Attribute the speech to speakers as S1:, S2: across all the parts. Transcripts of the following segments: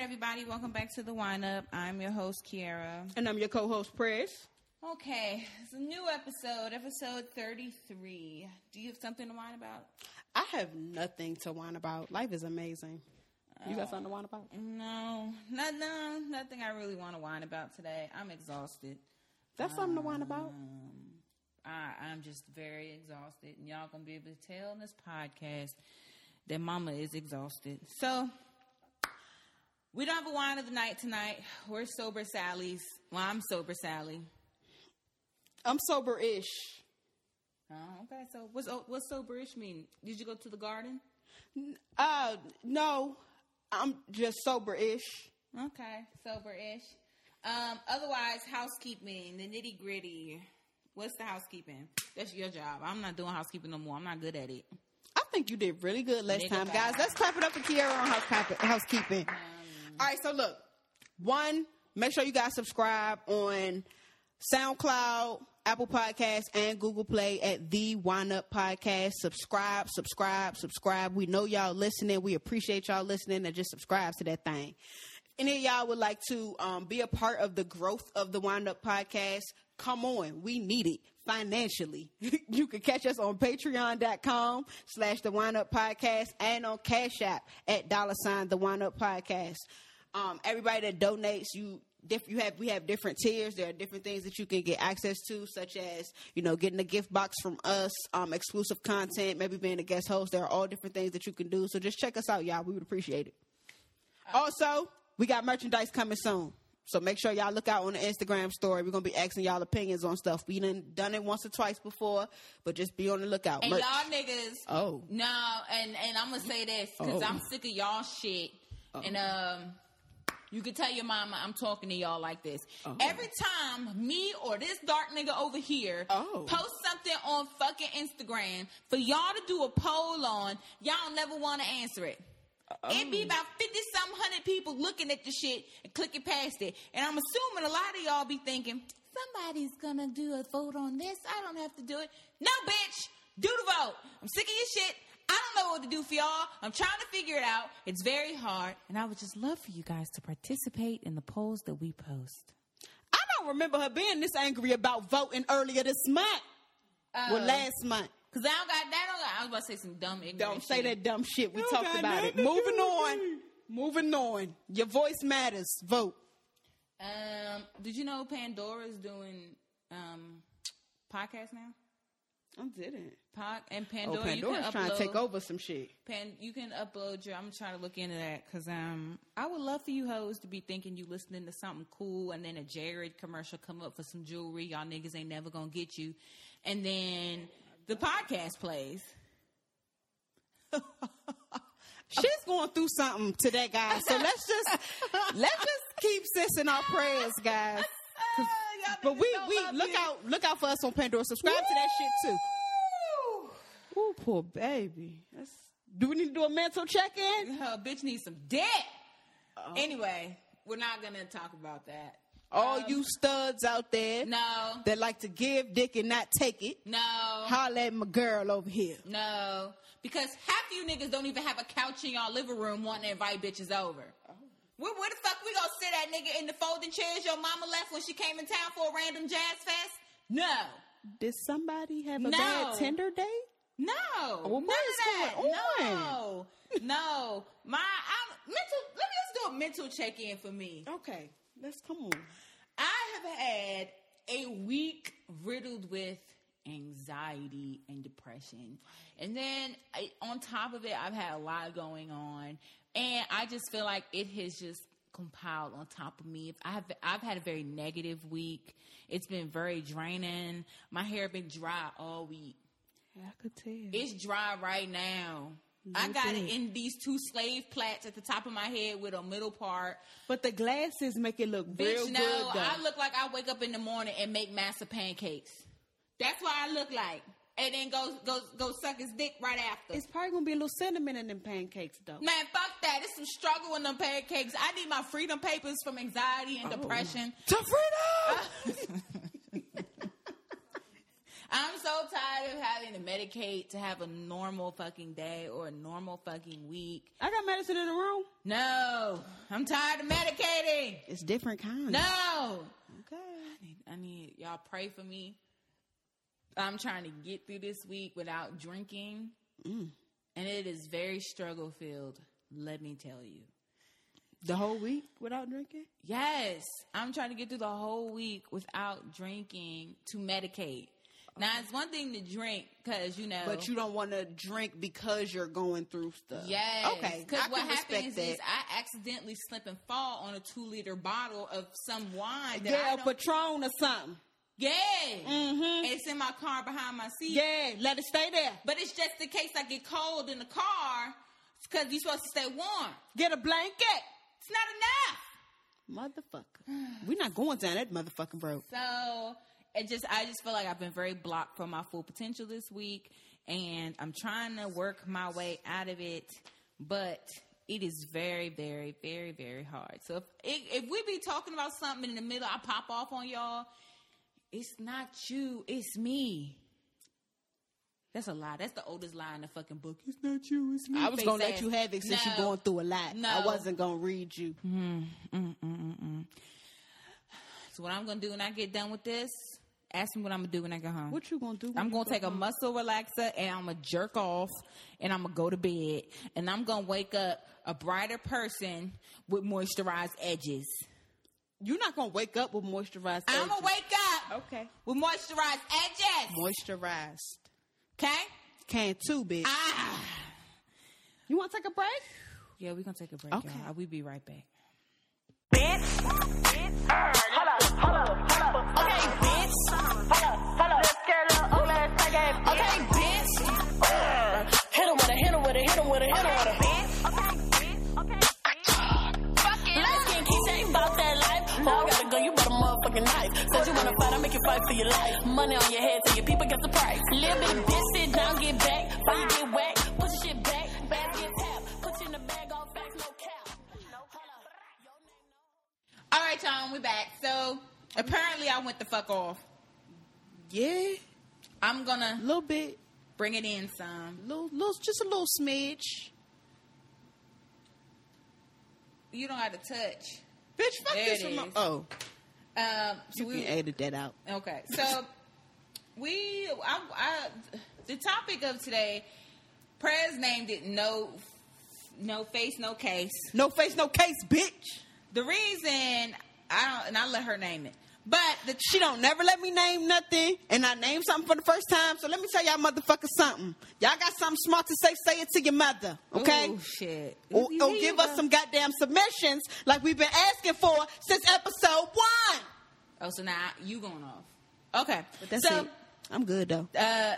S1: everybody. Welcome back to the Wind Up. I'm your host, Kiara.
S2: And I'm your co host, Press.
S1: Okay, it's a new episode, episode 33. Do you have something to whine about?
S2: I have nothing to whine about. Life is amazing. You got something to whine about?
S1: No, not, no, nothing I really want to whine about today. I'm exhausted.
S2: That's something to whine about.
S1: I, I'm just very exhausted, and y'all gonna be able to tell in this podcast that Mama is exhausted. So we don't have a wine of the night tonight. We're sober Sally's. Well, I'm sober Sally.
S2: I'm sober ish.
S1: Oh, okay. So what's o- what's soberish mean? Did you go to the garden?
S2: Uh, no, I'm just sober ish.
S1: Okay, soberish. Um, otherwise, housekeeping, the nitty gritty. What's the housekeeping? That's your job. I'm not doing housekeeping no more. I'm not good at it.
S2: I think you did really good last
S1: Nigga
S2: time,
S1: bye.
S2: guys. Let's clap it up for Kiara on housekeeping. housekeeping. All right, so look. One, make sure you guys subscribe on SoundCloud, Apple Podcasts, and Google Play at The Wind Up Podcast. Subscribe, subscribe, subscribe. We know y'all listening. We appreciate y'all listening and just subscribe to that thing. Any of y'all would like to um, be a part of the growth of the Wind Up Podcast? Come on, we need it financially. you can catch us on patreon.com slash the Wind Up Podcast and on Cash App at dollar sign the Wind Up Podcast um, everybody that donates you diff- you have we have different tiers there are different things that you can get access to such as you know getting a gift box from us um, exclusive content maybe being a guest host there are all different things that you can do so just check us out y'all we would appreciate it also we got merchandise coming soon so make sure y'all look out on the instagram story we're gonna be asking y'all opinions on stuff we done done it once or twice before but just be on the lookout
S1: And
S2: Merch.
S1: y'all niggas.
S2: Oh.
S1: No, and and I'm gonna say this because
S2: Oh.
S1: I'm sick of y'all shit. And um, you can tell your mama I'm talking to y'all like this every time me or this dark nigga over here
S2: Oh.
S1: post something on fucking Instagram for y'all to do a poll on. Y'all never want to answer it. It'd be about 50 some hundred people looking at the shit and clicking past it. And I'm assuming a lot of y'all be thinking, somebody's gonna do a vote on this. I don't have to do it. No, bitch, do the vote. I'm sick of your shit. I don't know what to do for y'all. I'm trying to figure it out. It's very hard. And I would just love for you guys to participate in the polls that we post.
S2: i don't remember her being this angry about voting earlier this month well
S1: Uh.
S2: last month
S1: Cause I don't got that. I, don't got, I was about to say some dumb ignorant
S2: Don't say
S1: shit.
S2: that dumb shit. We
S1: You
S2: talked
S1: got
S2: about it.
S1: nothing to
S2: Moving
S1: do
S2: on.
S1: with me.
S2: Moving on. Your voice matters. Vote.
S1: Um, did you know Pandora's doing um podcast now?
S2: I didn't.
S1: Pod and
S2: Oh,
S1: Pandora. you
S2: Pandora's
S1: can
S2: trying to
S1: upload-
S2: take over some shit.
S1: Pan, you can upload your. I'm trying to look into that because um, I would love for you hoes to be thinking you listening to something cool, and then a Jared commercial come up for some jewelry. Y'all niggas ain't never gonna get you, and then the podcast plays.
S2: She's going through something today, guys. So let's just let's just keep sensing our prayers, guys.
S1: Ah, y'all
S2: But
S1: niggas
S2: we
S1: don't
S2: we
S1: love
S2: look
S1: me.
S2: out look out for us on Pandora. Subscribe to that shit too.
S1: Woo!
S2: Ooh, poor baby. That's, do we need to do a mental check in?
S1: Her bitch needs some dick. Anyway, we're not gonna talk about that.
S2: All you studs out there
S1: No,
S2: that like to give dick and not take it,
S1: no.
S2: holla at my girl over here.
S1: No, because half you niggas don't even have a couch in y'all living room wanting to invite bitches over.
S2: Oh.
S1: Where, where the fuck we gonna sit that nigga in the folding chairs your mama left when she came in town for a random jazz fest? No,
S2: Did somebody have a
S1: No.
S2: bad Tinder date?
S1: no,
S2: Well, what
S1: none
S2: is
S1: of that.
S2: going
S1: No, no, my I'm, mental. Let me just do a mental check in for me.
S2: Okay, let's come on.
S1: I have had a week riddled with anxiety and depression. And then I, on top of it, I've had a lot going on. And I just feel like it has just compiled on top of me. I have I've had a very negative week. It's been very draining. My hair been dry all week.
S2: I could tell.
S1: It's dry right now. I got it in these two slave plaits at the top of my head with a middle part.
S2: but the glasses make it look
S1: Bitch,
S2: real
S1: no,
S2: good though.
S1: I look like I wake up in the morning and make massa pancakes. That's what I look like. And then go go go suck his dick right after.
S2: it's probably gonna be a little cinnamon in them pancakes though.
S1: Man, fuck that. It's some struggle in them pancakes. I need my freedom papers from
S2: Oh.
S1: anxiety and depression.
S2: To freedom!
S1: I I'm so tired of having to medicate to have a normal fucking day or a normal fucking week.
S2: I got medicine in the room.
S1: No, I'm tired of medicating.
S2: It's different kinds.
S1: No,
S2: Okay.
S1: I need, I need y'all pray for me. I'm trying to get through this week without drinking,
S2: Mm.
S1: and it is very struggle filled. Let me tell you.
S2: The whole week without drinking?
S1: Yes, I'm trying to get through the whole week without drinking to medicate. Now it's one thing to drink because you know,
S2: But you don't want to drink because you're going through stuff.
S1: Yes.
S2: Okay.
S1: Because
S2: I
S1: what
S2: can respect
S1: happens
S2: that.
S1: is I accidentally slip and fall on a two liter bottle of some wine. That I
S2: yeah,
S1: don't-
S2: Patron or something.
S1: yeah.
S2: Mm-hmm.
S1: It's in my car behind my seat.
S2: Yeah, let it stay there.
S1: But it's just in case I get cold in the car because you're supposed to stay warm.
S2: Get a blanket.
S1: It's not enough.
S2: Motherfucker. We're not going down that motherfucking road.
S1: So it just I just feel like I've been very blocked from my full potential this week and I'm trying to work my way out of it, but it is very, very, very, very hard. So if if if we be talking about something in the middle, I pop off on y'all. It's not you, it's me. That's a lie. That's the oldest lie in the fucking book. It's not you, it's me.
S2: I was
S1: Face
S2: gonna let
S1: ass.
S2: you have it since
S1: No.
S2: you're going through a lot.
S1: No.
S2: I wasn't gonna read you.
S1: So what I'm gonna do when I get done with this, ask me what I'm gonna do when I go home.
S2: What you gonna do? when
S1: I'm
S2: you
S1: gonna
S2: go
S1: take a
S2: home?
S1: muscle relaxer and I'm gonna jerk off and I'm gonna go to bed and I'm gonna wake up a brighter person with moisturized edges.
S2: You're not gonna wake up with moisturized.
S1: I'm gonna
S2: edges.
S1: wake up
S2: Okay.
S1: with moisturized edges.
S2: Moisturized.
S1: Okay?
S2: Can too, bitch.
S1: Ah.
S2: you want to take a break?
S1: Yeah, we're gonna take a break.
S2: Okay.
S1: Y'all. We be right back.
S3: bitch. Hold up, hold up, hold up. Okay, bitch. Hold up, hold up. Let's get it up. Let's take it. Okay, bitch. Hit him with it, hit him with it, hit him with it, hit him with it. Light skin keep saying about that life. Now I gotta go, you bought a motherfucking knife. Said you wanna fight, I make you fight for your life. Money on your head, so your people get the price. Live in bitch, sit down, get back. Before you get whacked, put your shit back. Bag get tapped. Put you in the bag, all facts, no cap. No, hold up. Your name, no.
S1: All right, y'all, we back. So apparently I went the fuck off.
S2: Yeah,
S1: I'm
S2: a
S1: gonna
S2: little bit,
S1: bring it in some.
S2: little, little, just a little smidge.
S1: You don't have to touch.
S2: Bitch, fuck
S1: There
S2: this.
S1: it
S2: remote.
S1: is.
S2: Oh,
S1: Um, so
S2: you
S1: we,
S2: can edit that out.
S1: Okay, so we, I, I, the topic of today, prayers named it no, no face, no case.
S2: No face, no case, bitch.
S1: The reason I don't, and I let her name it, but the
S2: She don't never let me name nothing, and I named something for the first time. So let me tell y'all, motherfuckers, something. Y'all got something smart to say? Say it to your mother, okay?
S1: Ooh, shit,
S2: Or,
S1: We
S2: or
S1: leave
S2: give us
S1: her.
S2: some goddamn submissions like we've been asking for since episode one.
S1: Oh, so now you going off? Okay,
S2: But that's
S1: so,
S2: it. I'm good though.
S1: uh,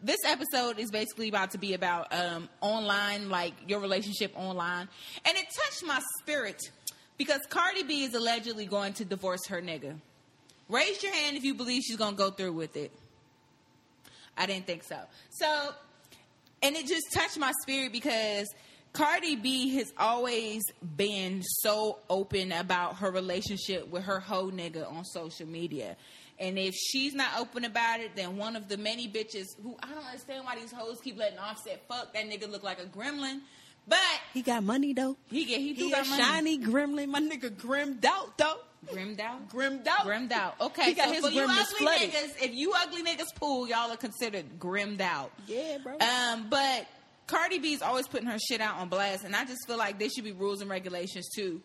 S1: this episode is basically about to be about um, online, like your relationship online, and it touched my spirit because Cardi B is allegedly going to divorce her nigga. Raise your hand if you believe she's gonna go through with it. I didn't think so. So, and it just touched my spirit because Cardi B has always been so open about her relationship with her hoe nigga on social media. And if she's not open about it, then one of the many bitches who I don't understand why these hoes keep letting Offset fuck that nigga look like a gremlin, but
S2: He got money though.
S1: he get he do
S2: He a
S1: got money.
S2: shiny gremlin. My nigga grimmed out though.
S1: Grimmed out.
S2: Grimmed out.
S1: Grimmed out. Okay,
S2: He got
S1: so
S2: his
S1: for you ugly
S2: grimness flooded.
S1: niggas, if you ugly niggas pool, y'all are considered grimmed out.
S2: Yeah, bro.
S1: Um, but Cardi B's always putting her shit out on blast, and I just feel like there should be rules and regulations to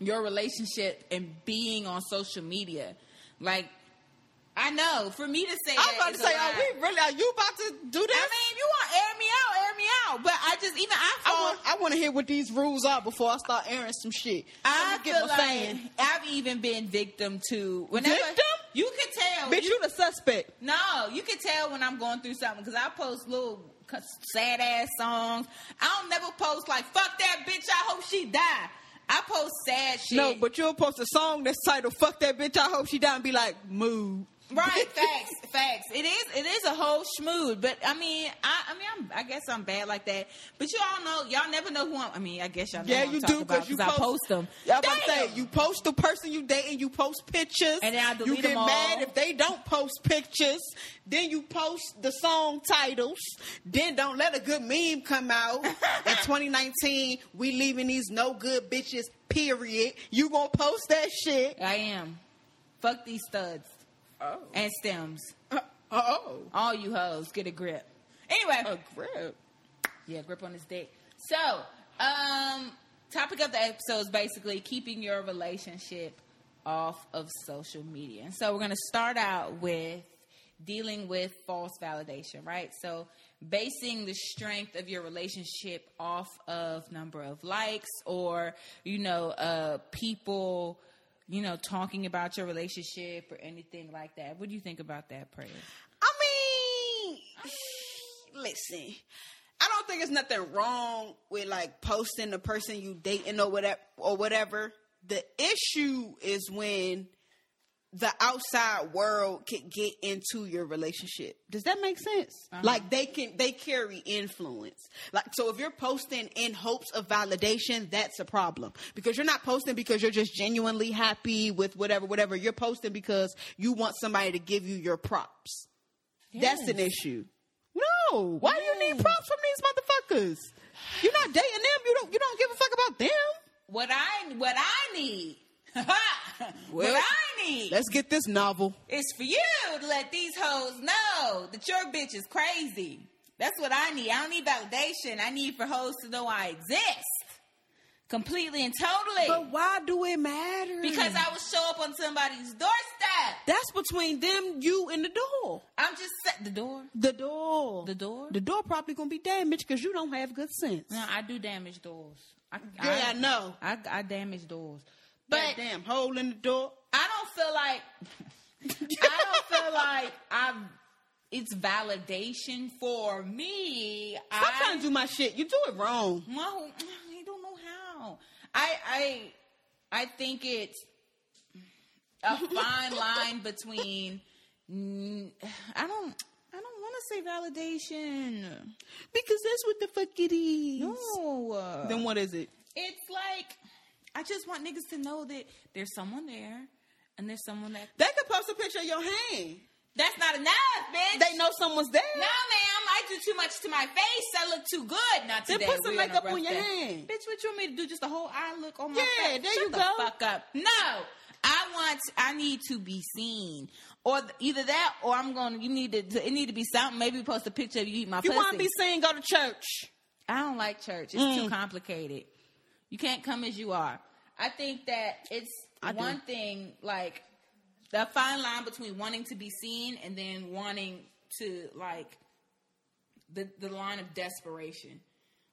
S1: your relationship and being on social media. Like, I know for me to say,
S2: I'm
S1: that
S2: about to
S1: is
S2: say,
S1: a
S2: are
S1: lot.
S2: we really? Are you about to do this?
S1: I mean, you want air me out, air me out. But I just even I
S2: I
S1: fall.
S2: want, I want to hear what these rules are before I start airing some shit.
S1: I
S2: Let me
S1: feel
S2: get my
S1: like
S2: fan.
S1: I've even been victim to whenever
S2: Victim?
S1: you can tell
S2: Bitch, you the suspect.
S1: No, you can tell when I'm going through something because I post little sad ass songs. I don't never post like "fuck that bitch." I hope she die. I post sad shit.
S2: No, but you'll post a song that's titled "Fuck That Bitch." I hope she down and be like, "Move."
S1: Right, facts, facts. It is, it is a whole schmood. But I mean, I, I mean, I'm, I guess I'm bad like that. But you all know, y'all never know who I'm. I mean, I guess y'all. Know
S2: Yeah,
S1: who I'm
S2: you
S1: talking
S2: do
S1: about
S2: because you
S1: 'cause I post them.
S2: Yeah, I'm about to
S1: Damn!
S2: say you post the person you dating. You post pictures,
S1: And then I delete
S2: You get
S1: them all.
S2: mad if they don't post pictures. Then you post the song titles. Then don't let a good meme come out. In 2019, we leaving these no good bitches. Period. You gonna post that shit?
S1: I am. Fuck these studs
S2: Oh,
S1: and stems.
S2: oh,
S1: All you hoes, get a grip. Anyway,
S2: a grip.
S1: yeah, grip on this dick. So, um, topic of the episode is basically keeping your relationship off of social media. And so we're gonna start out with dealing with false validation, right? So basing the strength of your relationship off of number of likes or, you know, uh people you know, talking about your relationship or anything like that. What do you think about that, Prayer?
S2: I mean, listen, I don't think there's nothing wrong with like posting the person you dating or whatever or whatever. The issue is when the outside world can get into your relationship. Does that make sense? Like they can they carry influence. Like so if you're posting in hopes of validation, that's a problem. Because you're not posting because you're just genuinely happy with whatever whatever. You're posting because you want somebody to give you your props. That's an issue. No. Why do you need props from these motherfuckers? You're not dating them. You don't you don't give a fuck about them.
S1: What I what I need,
S2: Well,
S1: what I need
S2: Let's get this novel.
S1: is for you to let these hoes know that your bitch is crazy. That's what I need. I don't need validation. I need for hoes to know I exist, completely and totally.
S2: But why do it matter?
S1: because I will show up on somebody's doorstep.
S2: that's between them, you, and the door.
S1: I'm just set the door.
S2: The door.
S1: The door?
S2: The door probably gonna be damaged because you don't have good sense.
S1: No, I do damage doors. I,
S2: Yeah, I know.
S1: I, I damage doors, but
S2: That damn hole in the door.
S1: I don't feel like I don't feel like I've it's validation for me.
S2: Stop
S1: I
S2: trying to do my shit. You do it wrong.
S1: no, I don't know how. I I I think it's a fine line between mm, I don't I don't want to say validation.
S2: Because that's what the fuck it is.
S1: No.
S2: Then what is it?
S1: It's like I just want niggas to know that there's someone there and there's someone that
S2: They could post a picture of your hand.
S1: That's not enough, bitch.
S2: They know someone's there.
S1: No, ma'am. I do too much to my face. I look too good. Not
S2: Then
S1: today.
S2: put some
S1: We on a
S2: makeup
S1: rough
S2: on your
S1: day.
S2: hand.
S1: Bitch, what you want me to do? Just a whole eye look on my
S2: Yeah,
S1: face?
S2: there
S1: Shut
S2: you
S1: the
S2: go.
S1: fuck up. No. I want, I need to be seen. Or th- either that, or I'm going to, you need to, it need to be something. Maybe post a picture of you eat my
S2: You
S1: pussy.
S2: want to be seen? Go to church.
S1: I don't like church. It's
S2: Mm.
S1: too complicated. You can't come as you are. I think that it's
S2: I do.
S1: one thing, like the fine line between wanting to be seen and then wanting to like the the line of desperation.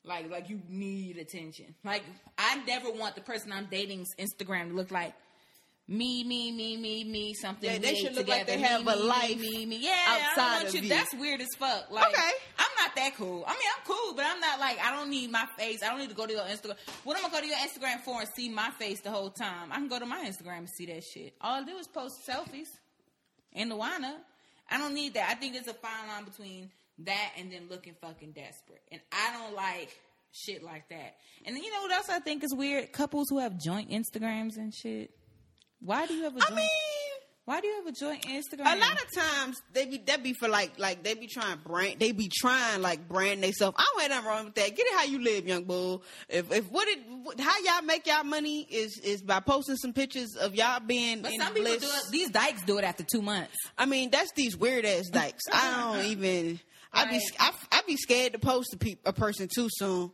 S1: Like like you need attention. Like I never want the person I'm dating's Instagram to look like me, me, me, me, me, something.
S2: Yeah, they
S1: we
S2: should
S1: ate
S2: look like
S1: together.
S2: they have
S1: Me,
S2: a
S1: me, me,
S2: life
S1: me, me. Yeah, I don't
S2: outside
S1: want
S2: of
S1: you.
S2: you.
S1: That's weird as fuck. Like
S2: Okay.
S1: I'm not that cool. I mean, I'm cool, but I'm not like I don't need my face. I don't need to go to your Instagram. What am I gonna go to your Instagram for and see my face the whole time? I can go to my Instagram and see that shit. All I do is post selfies in the lineup. I don't need that. I think there's a fine line between that and then looking fucking desperate. And I don't like shit like that. And then you know what else I think is weird? Couples who have joint Instagrams and shit. Why do you have a joint?
S2: I mean,
S1: why do you have a joint Instagram?
S2: a lot of times they be that be for like like they be trying brand they be trying like brand themselves. I don't have nothing wrong with that. Get it how you live, young bull. If if what it what- how y'all make y'all money is is by posting some pictures of y'all being
S1: but
S2: in
S1: some people
S2: bliss.
S1: do it. These dykes do it after two months.
S2: I mean, that's these weird ass dykes. I don't even. I be I, I be scared to post a, pe- a person too soon,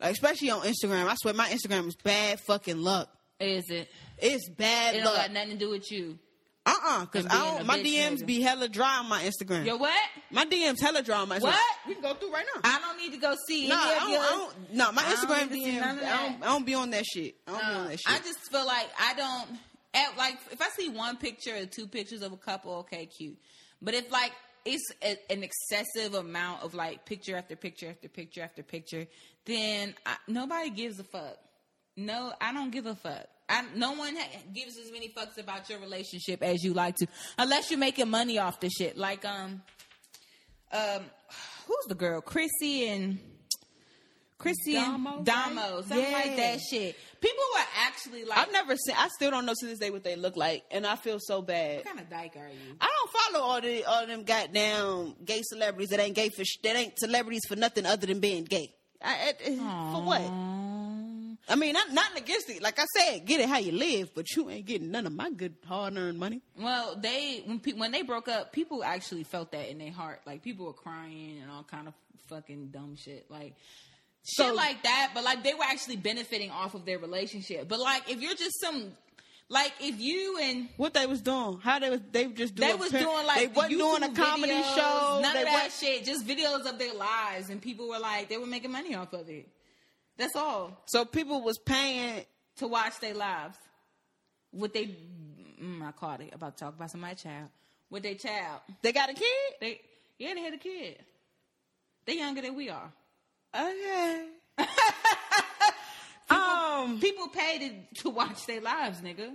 S2: like especially on Instagram. I swear my Instagram is bad fucking luck.
S1: Is it?
S2: It's bad
S1: It don't
S2: luck.
S1: got nothing to do with you.
S2: Uh uh, because
S1: And
S2: I
S1: being a
S2: don't, my
S1: bitch
S2: DMs
S1: nigga.
S2: be hella dry on my Instagram.
S1: Yo, what?
S2: my DMs hella dry on my Instagram.
S1: What?
S2: We can go through right now.
S1: I don't need to go see
S2: No,
S1: any
S2: I
S1: of
S2: don't,
S1: your.
S2: I don't. No, my
S1: I don't
S2: Instagram
S1: need to see
S2: DMs.
S1: none of
S2: I
S1: that.
S2: don't, I don't be on that shit. I don't be on
S1: Uh,
S2: that shit.
S1: I just feel like I don't. At, like if I see one picture or two pictures of a couple, okay, cute. But if like it's a, an excessive amount of like picture after picture after picture after picture, then I, nobody gives a fuck. No, I don't give a fuck. I, no one ha- gives as many fucks about your relationship as you like to, unless you're making money off the shit. Like um, um, who's the girl? Chrissy and Chrissy
S2: Damo,
S1: and Damo,
S2: right?
S1: something
S2: Yeah.
S1: like that shit. People who are actually like,
S2: I've never seen. I still don't know to this day what they look like, and I feel so bad.
S1: what kind of dyke are you?
S2: I don't follow all the all them goddamn gay celebrities that ain't gay for sh- that ain't celebrities for nothing other than being gay. I, I, for what?
S1: Aw.
S2: I mean, I'm not against it. Like I said, get it how you live, but you ain't getting none of my good hard earned money.
S1: Well, they when pe- when they broke up, people actually felt that in their heart. Like people were crying and all kind of fucking dumb shit, like
S2: So-
S1: shit like that. But like they were actually benefiting off of their relationship. But like if you're just some, like if you and
S2: What they was doing? How they was they just doing?
S1: they was doing like
S2: they wasn't doing a
S1: YouTube
S2: comedy
S1: videos,
S2: show.
S1: none
S2: they
S1: of that
S2: wa-
S1: shit. Just videos of their lives, and people were like they were making money off of it. That's all
S2: so people was paying.
S1: to watch their lives. What they, mm, I caught it. About to talk about somebody's child. With their child.
S2: They got a kid.
S1: They yeah, they had a kid. They younger than we are.
S2: Okay. um.
S1: People paid it to watch their lives, nigga.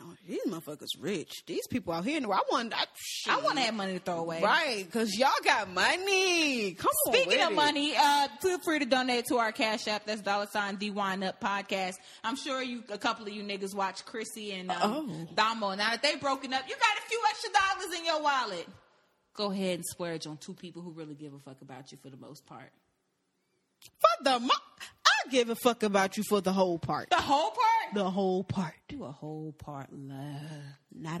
S2: no, These motherfuckers rich. These people out here in the world. I want. I,
S1: I want to
S2: mm.
S1: have money to throw away.
S2: Right, because y'all got money. Come on.
S1: Speaking
S2: with
S1: of
S2: it.
S1: money, uh, feel free to donate to our cash app. That's dollar sign D Wind Up Podcast. I'm sure you, a couple of you niggas watch Chrissy and um,
S2: Oh.
S1: Damo. Now that they broken up, you got a few extra dollars in your wallet. Go ahead and splurge on two people who really give a fuck about you for the most part.
S2: for the mo- I give a fuck about you for the whole part.
S1: The whole part.
S2: The whole part,
S1: Do a whole part, love.
S2: not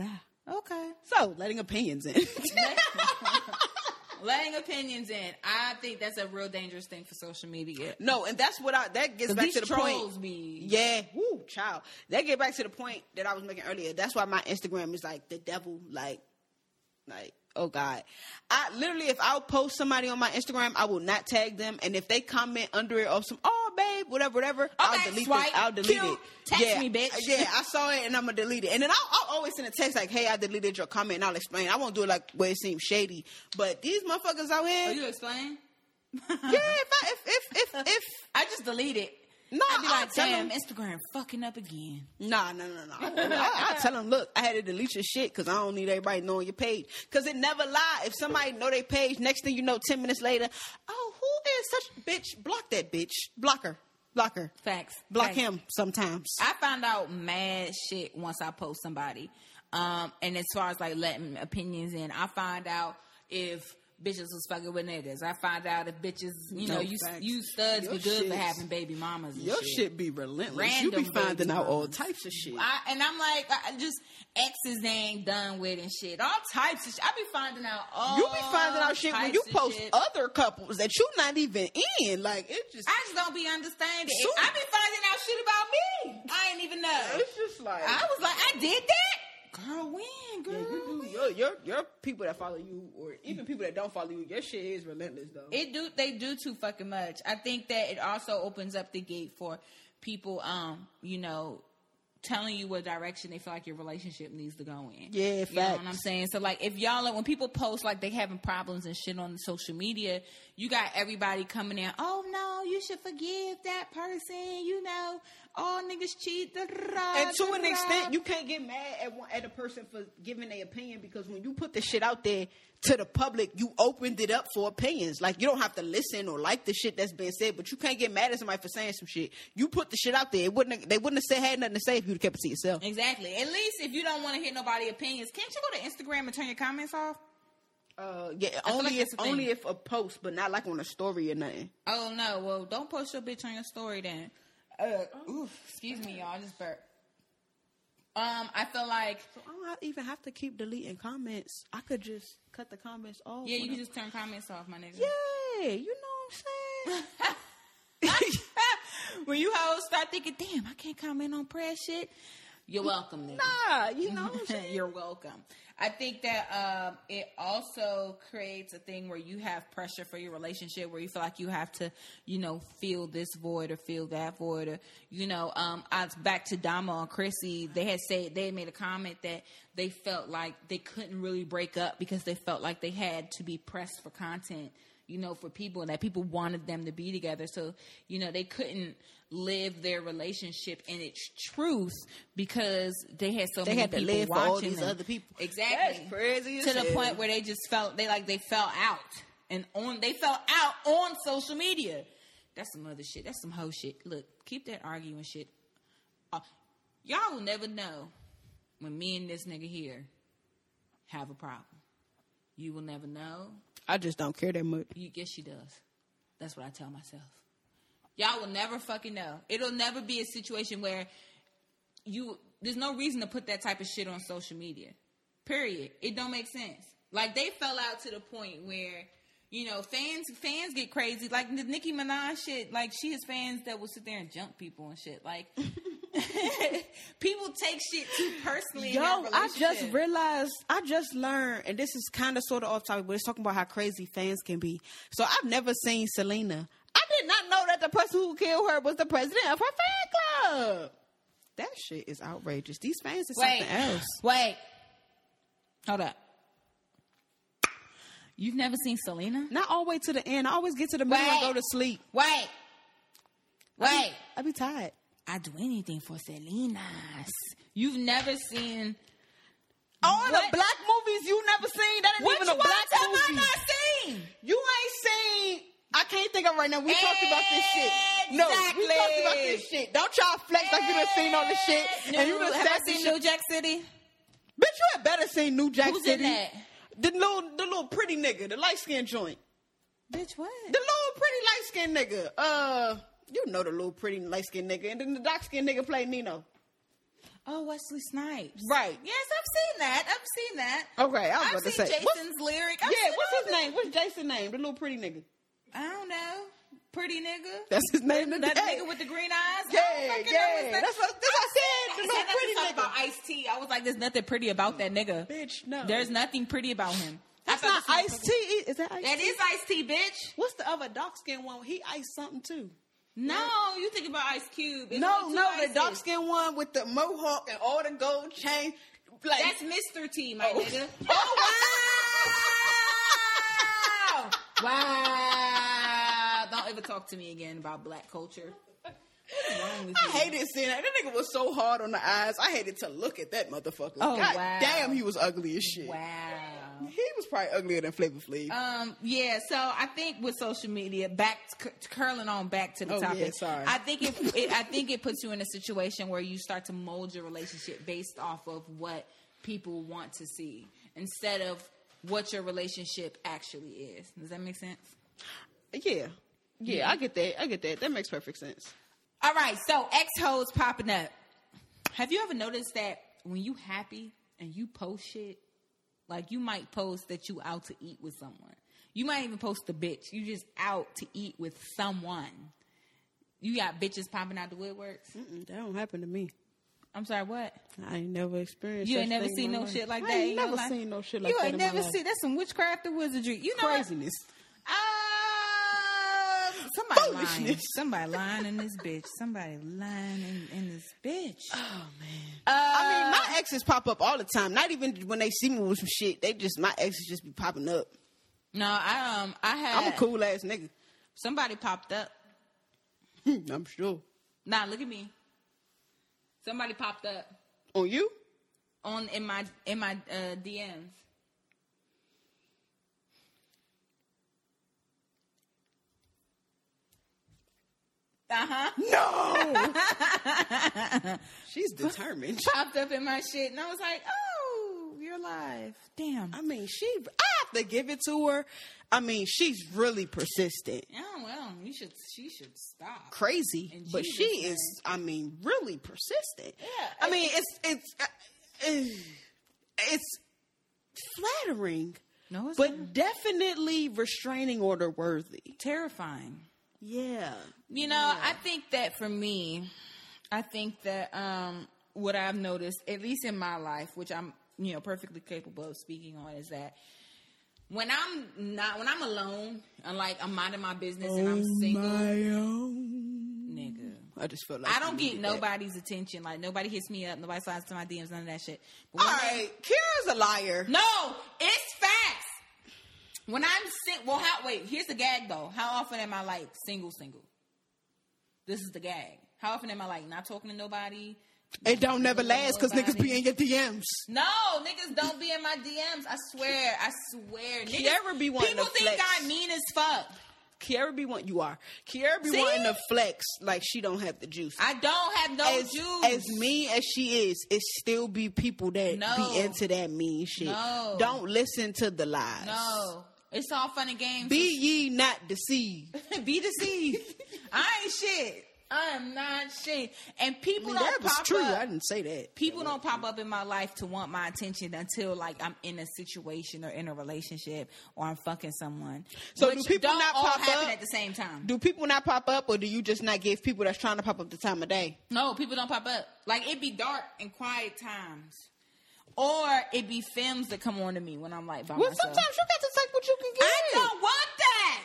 S2: I.
S1: Okay.
S2: So letting opinions in.
S1: letting opinions in. I think that's a real dangerous thing for social media.
S2: no, and that's what I. That gets back
S1: These
S2: to the
S1: trolls
S2: point.
S1: be
S2: Yeah, woo, child. That get back to the point that I was making earlier. That's why my Instagram is like the devil, like, like oh god. I literally, if I'll post somebody on my Instagram, I will not tag them, and if they comment under it or some, oh babe, whatever, whatever, I'll
S1: Okay,
S2: delete
S1: swipe,
S2: it. I'll delete
S1: cute,
S2: it.
S1: text
S2: yeah,
S1: me, bitch.
S2: Yeah, I saw it and I'm gonna delete it. And then I'll, I'll always send a text like, hey, I deleted your comment. and I'll explain. I won't do it like where it seems shady, but these motherfuckers out
S1: Are
S2: here.
S1: Oh, you explain?
S2: Yeah, if I, if if if, if
S1: I just delete it.
S2: No,
S1: I'd be
S2: I'll
S1: like,
S2: tell
S1: damn,
S2: 'em.
S1: Instagram fucking up again.
S2: Nah, no, no, no. I, I, I tell them, look, I had to delete your shit because I don't need everybody knowing your page. Because it never lie. If somebody know their page, next thing you know, ten minutes later, oh, who is such bitch? Block that bitch. Block her. Block her.
S1: Facts.
S2: Block
S1: Facts.
S2: him sometimes.
S1: I found out mad shit once I post somebody. Um, and as far as like letting opinions in, I find out if bitches was fucking with niggas. I find out if bitches, you know,
S2: No,
S1: you
S2: facts.
S1: you studs
S2: Your
S1: be good for
S2: shit's-
S1: having baby mamas. And
S2: your
S1: shit.
S2: shit be relentless. you be
S1: Random
S2: finding
S1: baby
S2: out all
S1: moms.
S2: types of shit.
S1: I, and I'm like, I I just exes they ain't done with and shit. All types of shit. I be finding out all.
S2: you be finding out shit when you
S1: types of
S2: post
S1: shit.
S2: other couples that you not even in. Like it just,
S1: I just don't be understanding.
S2: Shoot.
S1: I be finding out shit about me. I ain't even know.
S2: it's just like
S1: I was like, I did that, girl. When, girl.
S2: Yeah, you do your, your your people that follow you, or even people that don't follow you, your shit is relentless though.
S1: It do they do too fucking much. I think that it also opens up the gate for people, um, you know, telling you what direction they feel like your relationship needs to go in.
S2: Yeah,
S1: you know what I'm
S2: facts.
S1: saying. So like, if y'all when people post like they having problems and shit on social media, you got everybody coming in. Oh no, you should forgive that person. You know, all niggas cheat. da, da, da,
S2: and to
S1: da,
S2: an
S1: da.
S2: extent, you can't get mad at one, at a person for giving their opinion because when you put the shit out there to the public, you opened it up for opinions. Like you don't have to listen or like the shit that's being said, but you can't get mad at somebody for saying some shit. You put the shit out there; it wouldn't they wouldn't have said had nothing to say if you kept it to yourself.
S1: exactly. At least if you don't want to hear nobody opinions, can't you go to Instagram and turn your comments off?
S2: Uh, yeah,
S1: feel
S2: only
S1: like
S2: if
S1: that's the
S2: only
S1: thing.
S2: if a post, but not like on a story or nothing.
S1: Oh no! Well, don't post your bitch on your story then. Uh, oof, excuse me, y'all. I just burped. Um, I feel like
S2: So I don't even have to keep deleting comments. I could just cut the comments off.
S1: yeah, you can just turn comments off, my nigga.
S2: yeah, you know what I'm saying.
S1: when you hoes start thinking, damn, I can't comment on prayer shit. You're welcome. Nigga.
S2: nah, you know what I'm saying.
S1: You're welcome. I think that um, it also creates a thing where you have pressure for your relationship, where you feel like you have to, you know, fill this void or fill that void, or you know, um, I was back to Dama and Chrissy. They had said they had made a comment that they felt like they couldn't really break up because they felt like they had to be pressed for content. you know, for people and that people wanted them to be together. So, you know, they couldn't live their relationship in its truth because they had so
S2: They
S1: many
S2: had to
S1: people
S2: live for
S1: watching
S2: all these
S1: them.
S2: other people.
S1: Exactly.
S2: That's crazy as
S1: To the
S2: hell.
S1: point where they just felt they like they fell out and on they fell out on social media. That's some other shit. That's some hoe shit. Look, keep that arguing shit. Uh, y'all will never know when me and this nigga here have a problem. You will never know.
S2: I just don't care that much.
S1: You guess she does. That's what I tell myself. Y'all will never fucking know. It'll never be a situation where you there's no reason to put that type of shit on social media. Period. It don't make sense. Like they fell out to the point where you know fans fans get crazy. Like the Nicki Minaj shit. Like she has fans that will sit there and jump people and shit. Like people take shit too personally. in
S2: Yo,
S1: that
S2: I just
S1: relationship.
S2: realized, I just learned, and this is kind of sort of off topic, but it's talking about how crazy fans can be. So I've never seen Selena. I did not know that the person who killed her was the president of her fan club. That shit is outrageous. These fans is
S1: Wait.
S2: something else.
S1: Wait. Hold up. You've never seen Selena?
S2: Not all the way to the end. I always get to the middle and
S1: Wait.
S2: go to sleep.
S1: Wait. Wait.
S2: I be tired.
S1: I'd do anything for Selena's. You've never seen
S2: All
S1: What?
S2: the black movies you never seen. That ain't
S1: what
S2: even
S1: you
S2: a black
S1: tell me I
S2: movie.
S1: not seen.
S2: You ain't seen. I can't think of right now. We talked about this shit. No, we talked about this
S1: Exactly.
S2: shit. Don't y'all flex like you done seen all this shit. and
S1: New-
S2: you done
S1: have
S2: said
S1: I
S2: this
S1: seen
S2: shit.
S1: New Jack City?
S2: Bitch, you had better seen New Jack
S1: Who's in
S2: City.
S1: that?
S2: The little, the little pretty nigga, the light skinned joint.
S1: Bitch, what?
S2: The little pretty light skinned nigga. Uh, you know the little pretty light skinned nigga, and then the dark skinned nigga played Nino.
S1: oh, Wesley Snipes.
S2: Right.
S1: Yes, I've seen that. I've seen that.
S2: Okay, Oh, I was
S1: I've
S2: about to
S1: seen
S2: say.
S1: Jason's
S2: What's-
S1: lyric. I've
S2: yeah,
S1: seen all
S2: what's his
S1: this-
S2: name? What's Jason's name? The little pretty nigga.
S1: I don't know. Pretty nigga.
S2: That's his name.
S1: That
S2: Hey.
S1: nigga with the green eyes.
S2: Yeah,
S1: I don't fucking know his
S2: yeah.
S1: name.
S2: That's what- that's what I said. The little
S1: Said nothing
S2: pretty
S1: talking
S2: nigga.
S1: about Ice T. I was like, there's nothing pretty about that nigga.
S2: Bitch, no.
S1: There's nothing pretty about him.
S2: That's
S1: I
S2: not
S1: thought this was-
S2: Ice T. Is that Ice
S1: That is Ice T, bitch.
S2: What's the other dark skinned one? He iced something too.
S1: No, you think about Ice Cube. It's
S2: No,
S1: only two
S2: no, the
S1: Ices.
S2: dark skinned one with the mohawk and all the gold chain. Like,
S1: That's Mr. T, my
S2: Oh.
S1: nigga. Oh, wow. wow. Don't ever talk to me again about black culture. What's wrong with
S2: I
S1: you?
S2: hated seeing that. That nigga was so hard on the eyes. I hated to look at that motherfucker.
S1: Oh,
S2: God
S1: wow.
S2: damn, he was ugly as shit.
S1: Wow.
S2: He was probably uglier than Flavor Flav.
S1: Um, yeah, so I think with social media, back cur- curling on back to the
S2: Oh,
S1: topic.
S2: yeah, sorry.
S1: I think it, it, I think it puts you in a situation where you start to mold your relationship based off of what people want to see instead of what your relationship actually is. Does that make sense?
S2: yeah. yeah, I get that. I get that. That makes perfect sense.
S1: All right, so ex hoes popping up. Have you ever noticed that when you happy and you post shit, like you might post that you out to eat with someone. You might even post the bitch. You just out to eat with someone. You got bitches popping out the woodworks.
S2: Mm-mm, that don't happen to me.
S1: I'm sorry, what?
S2: I ain't never experienced.
S1: You
S2: such
S1: ain't never
S2: thing in
S1: seen
S2: my
S1: no
S2: life.
S1: shit like
S2: I
S1: that.
S2: ain't
S1: in your
S2: never
S1: life?
S2: seen no shit like
S1: you
S2: that.
S1: ain't
S2: in
S1: never
S2: my life.
S1: seen. That's some witchcraft and wizardry. You know what?
S2: craziness.
S1: Um, somebody lying.
S2: Foolishness.
S1: Somebody lying in this bitch. Somebody lying in, in this bitch. Uh,
S2: Oh man. I mean, my exes pop up all the time. Not even when they see me with some shit. They just my exes just be popping up.
S1: No, I um I had
S2: I'm a cool ass nigga.
S1: somebody popped up.
S2: Hmm, I'm sure.
S1: Nah, look at me. Somebody popped up
S2: On you?
S1: on in my in my uh, DMs. Uh huh.
S2: No. She's determined.
S1: Popped up in my shit, and I was like, "Oh, you're live." Damn.
S2: I mean, she. I have to give it to her. I mean, she's really persistent.
S1: Oh well, you should. She should stop.
S2: crazy,
S1: In
S2: but
S1: Jesus'
S2: she is. I mean, really persistent.
S1: Yeah,
S2: I mean, it's it's uh, it's flattering,
S1: No, it's
S2: but
S1: not.
S2: definitely restraining order worthy.
S1: terrifying.
S2: Yeah,
S1: You know, I think that for me, I think that um, what I've noticed, at least in my life, which I'm you know perfectly capable of speaking on, is that when I'm not when I'm alone and like I'm minding my business and I'm
S2: Oh
S1: single, nigga.
S2: I just feel like
S1: I don't
S2: you
S1: get
S2: needed that.
S1: nobody's attention. Like nobody hits me up, nobody slides to my DMs, none of that shit. But
S2: All
S1: when I-
S2: right, Kira's a liar.
S1: no, it's facts. When I'm sick, well, how? Wait, here's the gag though. How often am I like single, single? This is the gag. How often am I like not talking to nobody?
S2: It don't never last because niggas be in your DMs.
S1: No, niggas don't be in my DMs. I swear, I swear. Niggas,
S2: Kiara be wanting
S1: people
S2: to
S1: think
S2: flex.
S1: I mean as fuck.
S2: Kiara be want you are. Kiara be
S1: See?
S2: wanting to flex like she don't have the juice.
S1: I don't have no
S2: as,
S1: juice.
S2: as mean as she is, it still be people that
S1: No.
S2: be into that mean shit.
S1: No.
S2: Don't listen to the lies.
S1: no, it's all fun and games.
S2: Be ye not deceived.
S1: Be deceived. I ain't shit. I'm not shit. And people
S2: I mean,
S1: don't
S2: that was
S1: pop
S2: true.
S1: up.
S2: I didn't say that.
S1: people don't pop up in my life to want my attention until like I'm in a situation or in a relationship or I'm fucking someone.
S2: So
S1: Which
S2: do people
S1: don't
S2: not
S1: all
S2: pop
S1: happen
S2: up?
S1: at the same time?
S2: Do people not pop up, or do you just not give people that's trying to pop up the time of day?
S1: No, people don't pop up. Like it be dark and quiet times. Or it be films that come on to me when I'm like by
S2: Well,
S1: myself.
S2: sometimes you got to take what you can get.
S1: I don't want that.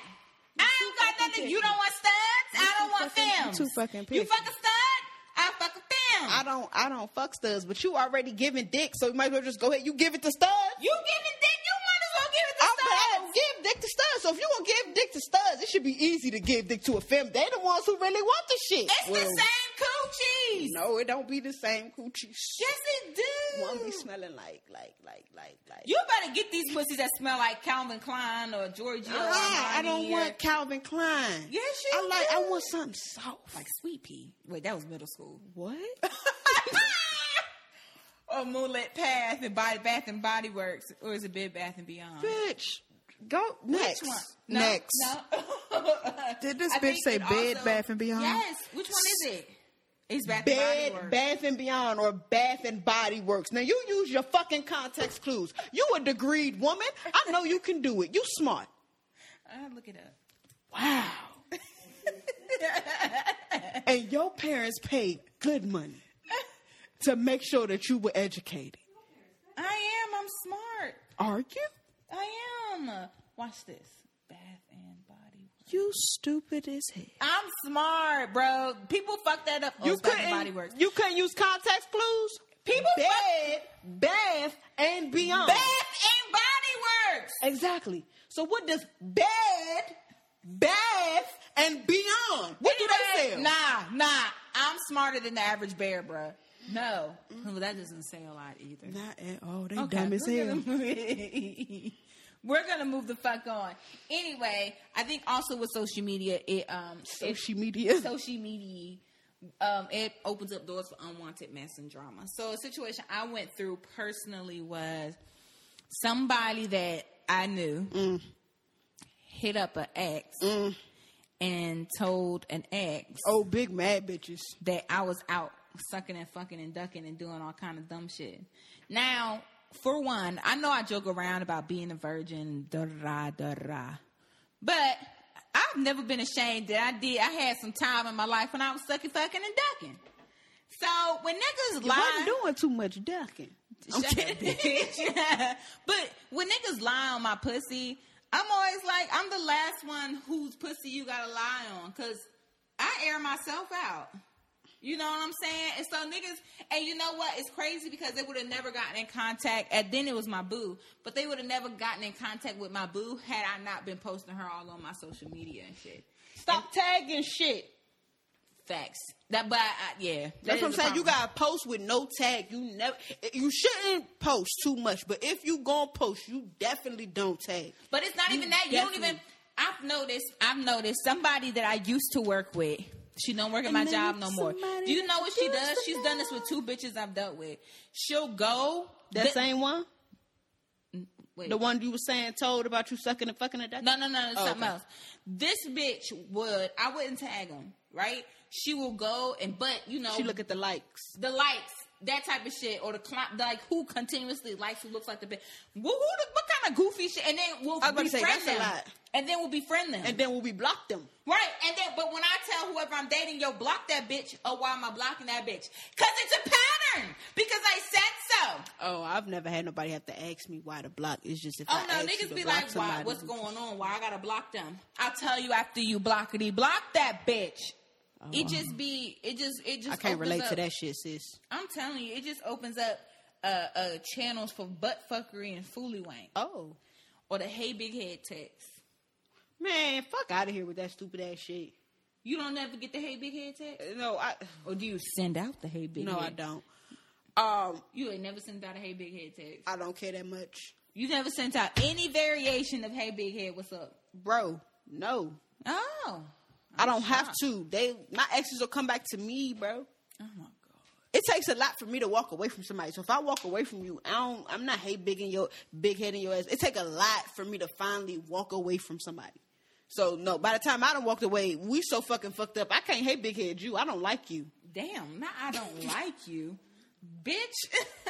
S1: I don't got nothing. You don't want studs. I don't want
S2: fucking-
S1: films.
S2: you too fucking
S1: You
S2: picky.
S1: fuck a stud. I fuck a film.
S2: I don't. I don't fuck studs, but you already giving dick, so you might as well just go ahead. You give it to studs.
S1: you giving dick. You might as well give it to
S2: I, but I
S1: studs.
S2: don't give dick to studs. So if you gonna give dick to studs, it should be easy to give dick to a femme. They the ones who really want the shit.
S1: It's the
S2: Well,
S1: same coochies.
S2: No, it don't be the same coochie.
S1: Yes, it do.
S2: One be smelling like, like, like, like, like.
S1: you better get these pussies that smell like Calvin Klein or Giorgio.
S2: Uh-uh, I
S1: Armani
S2: don't
S1: or-
S2: want Calvin Klein.
S1: Yes, you
S2: I like.
S1: do.
S2: I want something soft.
S1: like Sweet Pea. Wait, that was middle school.
S2: what?
S1: or Moonlit Path and Body Bath and Body Works, or is it Bed Bath and Beyond?
S2: Bitch, go next.
S1: Which one? No,
S2: next.
S1: No.
S4: Did this
S1: I
S4: bitch
S1: think
S4: say
S1: it
S4: Bed, Bath and Beyond?
S1: Yes. Which one is it? It's Bath and Body
S2: Bed,
S1: Works.
S2: Bath and Beyond, or Bath and Body Works. Now you use your fucking context clues. You a degreed woman. I know you can do it. You smart.
S1: I'll look it up.
S2: Wow. and your parents paid good money to make sure that you were educated.
S1: I am. I'm smart.
S2: Are you?
S1: I am. Watch this. Bath and Body Works.
S4: You stupid as hell.
S1: I'm smart, bro. People fuck that up. Oh,
S2: You
S1: it's Bath and Body Works.
S2: couldn't. You couldn't use context clues.
S1: People
S2: Bed, bath, and beyond.
S1: Bath and Body Works.
S2: Exactly. So what does bed, bath, and beyond? What do they sell?
S1: Nah, nah. I'm smarter than the average bear, bro. No, well, that doesn't say a lot either.
S2: Not at all. They
S1: Okay,
S2: dumb as
S1: we're
S2: hell.
S1: gonna- we're gonna move the fuck on. Anyway, I think also with social media, it um
S2: Social media.
S1: it, social media. Um, it opens up doors for unwanted mess and drama. So a situation I went through personally was somebody that I knew hit up an ex and told an ex
S2: oh, big mad bitches.
S1: that I was out sucking and fucking and ducking and doing all kind of dumb shit. Now, for one, I know I joke around about being a virgin, da da da da, but I've never been ashamed that I did. I had some time in my life when I was sucking, fucking, and ducking. So when niggas
S2: You wasn't
S1: lie,
S2: doing too much ducking. I'm
S1: Shut
S2: kidding.
S1: up, bitch. but when niggas lie on my pussy, I'm always like, I'm the last one whose pussy you gotta lie on, cause I air myself out. You know what I'm saying? And so niggas, and you know what? It's crazy because they would have never gotten in contact. And then it was my boo, but they would have never gotten in contact with my boo had I not been posting her all on my social media and shit.
S2: Stop tagging shit.
S1: Facts. That, but I, I- yeah, that
S2: That's
S1: is
S2: what I'm
S1: a
S2: saying. You
S1: problem.
S2: gotta post with no tag. You never. You shouldn't post too much. But if you gonna post, you definitely don't tag.
S1: But it's not even that. You don't
S2: definitely-
S1: even. I've noticed. I've noticed somebody that I used to work with. She don't work at my
S2: And then
S1: job
S2: it's
S1: no more.
S2: somebody
S1: Do you
S2: that
S1: know what she
S2: you
S1: does?
S2: used to
S1: She's done this with two bitches I've dealt with. She'll go.
S2: That
S1: the-
S2: same one,
S1: wait.
S2: the one you were saying told about you sucking and fucking and ducking.
S1: No, no, no, it's
S2: Oh,
S1: something
S2: okay.
S1: else. This bitch would. I wouldn't tag him, right? She will go and but you know
S2: She look at the likes.
S1: the likes, that type of shit, or the cli like who continuously likes who looks like the bitch. Who, who the, what kind of goofy shit? And then we'll
S2: I was about to
S1: befriend
S2: say, that's
S1: them.
S2: a lot.
S1: And then we'll befriend them.
S2: And then will we block them?
S1: Right, and then but when I tell whoever I'm dating, yo, block that bitch. Oh, why am I blocking that bitch? Cause it's a pattern. Because I said so.
S2: Oh, I've never had nobody have to ask me why the block is just if
S1: Oh
S2: I
S1: no,
S2: ask you
S1: niggas
S2: to
S1: be
S2: block
S1: like, why?
S2: somebody.
S1: What's going on? Why I gotta block them? I'll tell you after you blockity block that bitch. It just be, it just, it just.
S2: Oh, I can't
S1: opens
S2: relate
S1: up-
S2: to that shit, sis.
S1: I'm telling you, it just opens up uh, uh channels for butt fuckery and foolery wank.
S2: Oh,
S1: or the hey big head text.
S2: Man, fuck out of here with that stupid ass shit.
S1: You don't ever get the hey big head text?
S2: Uh, No, I
S1: Or do you send out the hey big
S2: no,
S1: head?
S2: I don't. Um,
S1: You ain't never sent out a hey big head text.
S2: I don't care that much,
S1: You never sent out any variation of hey big head, what's up?
S2: bro. No,
S1: Oh.
S2: I don't have to. They my exes will come back to me, bro.
S1: Oh my god.
S2: It takes a lot for me to walk away from somebody. So if I walk away from you, I don't. I'm not hey big in your big head in your ass. It take a lot for me to finally walk away from somebody. So no, by the time I done walked away, we so fucking fucked up. I can't hey big head you. I don't like you.
S1: Damn, now I don't like you. Bitch.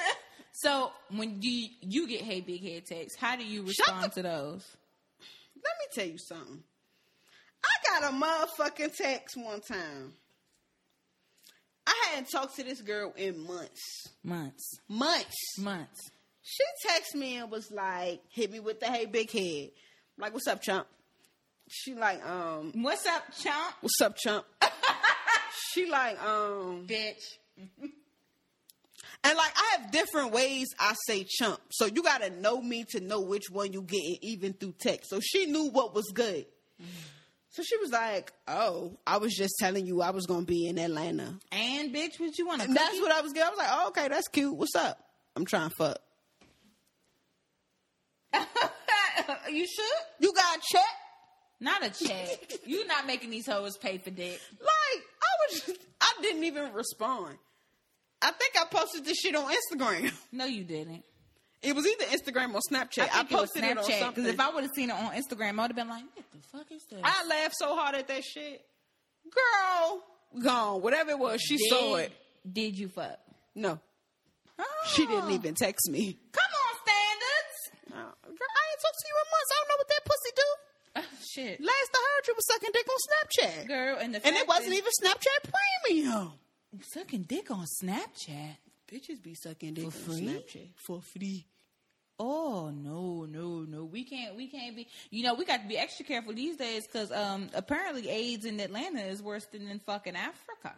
S1: so when you you get hey big head texts, how do you respond to those?
S2: Let me tell you something. I got a motherfucking text one time. I hadn't talked to this girl in months.
S1: Months.
S2: Months.
S1: Months.
S2: She texted me and was like, hit me with the hey big head. I'm like, what's up, chump? She like, um,
S1: What's up, chump?
S2: what's up, chump? she like, um,
S1: Bitch.
S2: and like I have different ways I say chump. So you gotta know me to know which one you getting even through text. So she knew what was good. So she was like, Oh, I was just telling you I was gonna be in Atlanta.
S1: And bitch, what you want to
S2: And that's what I was getting. I was like, oh, okay, that's cute. What's up? I'm trying to fuck.
S1: you should?
S2: You got a check?
S1: Not a check. you not making these hoes pay for dick.
S2: Like, I was just, I didn't even respond. I think I posted this shit on Instagram.
S1: No, you didn't.
S2: It was either Instagram or Snapchat. I,
S1: think it was
S2: posted it, on something.
S1: Because if I would have seen it on Instagram, I would have been like, "What the fuck is this?"
S2: I laughed so hard at that shit. Girl, gone. Whatever it was, she saw it.
S1: Did you fuck?
S2: No, she didn't
S1: Oh.
S2: even text me.
S1: Come on, standards.
S2: Uh, girl, I ain't talked to you in months. I don't know what that pussy do.
S1: Oh, shit,
S2: Last I heard, you was sucking dick on Snapchat.
S1: girl, and the
S2: and
S1: fact
S2: it wasn't
S1: is-
S2: even Snapchat Premium.
S1: sucking dick on Snapchat.
S2: Bitches be sucking dick
S1: For free?
S2: for free.
S1: Oh no, no, no. We can't. We can't be. You know, we got to be extra careful these days because um, apparently AIDS in Atlanta is worse than in fucking Africa.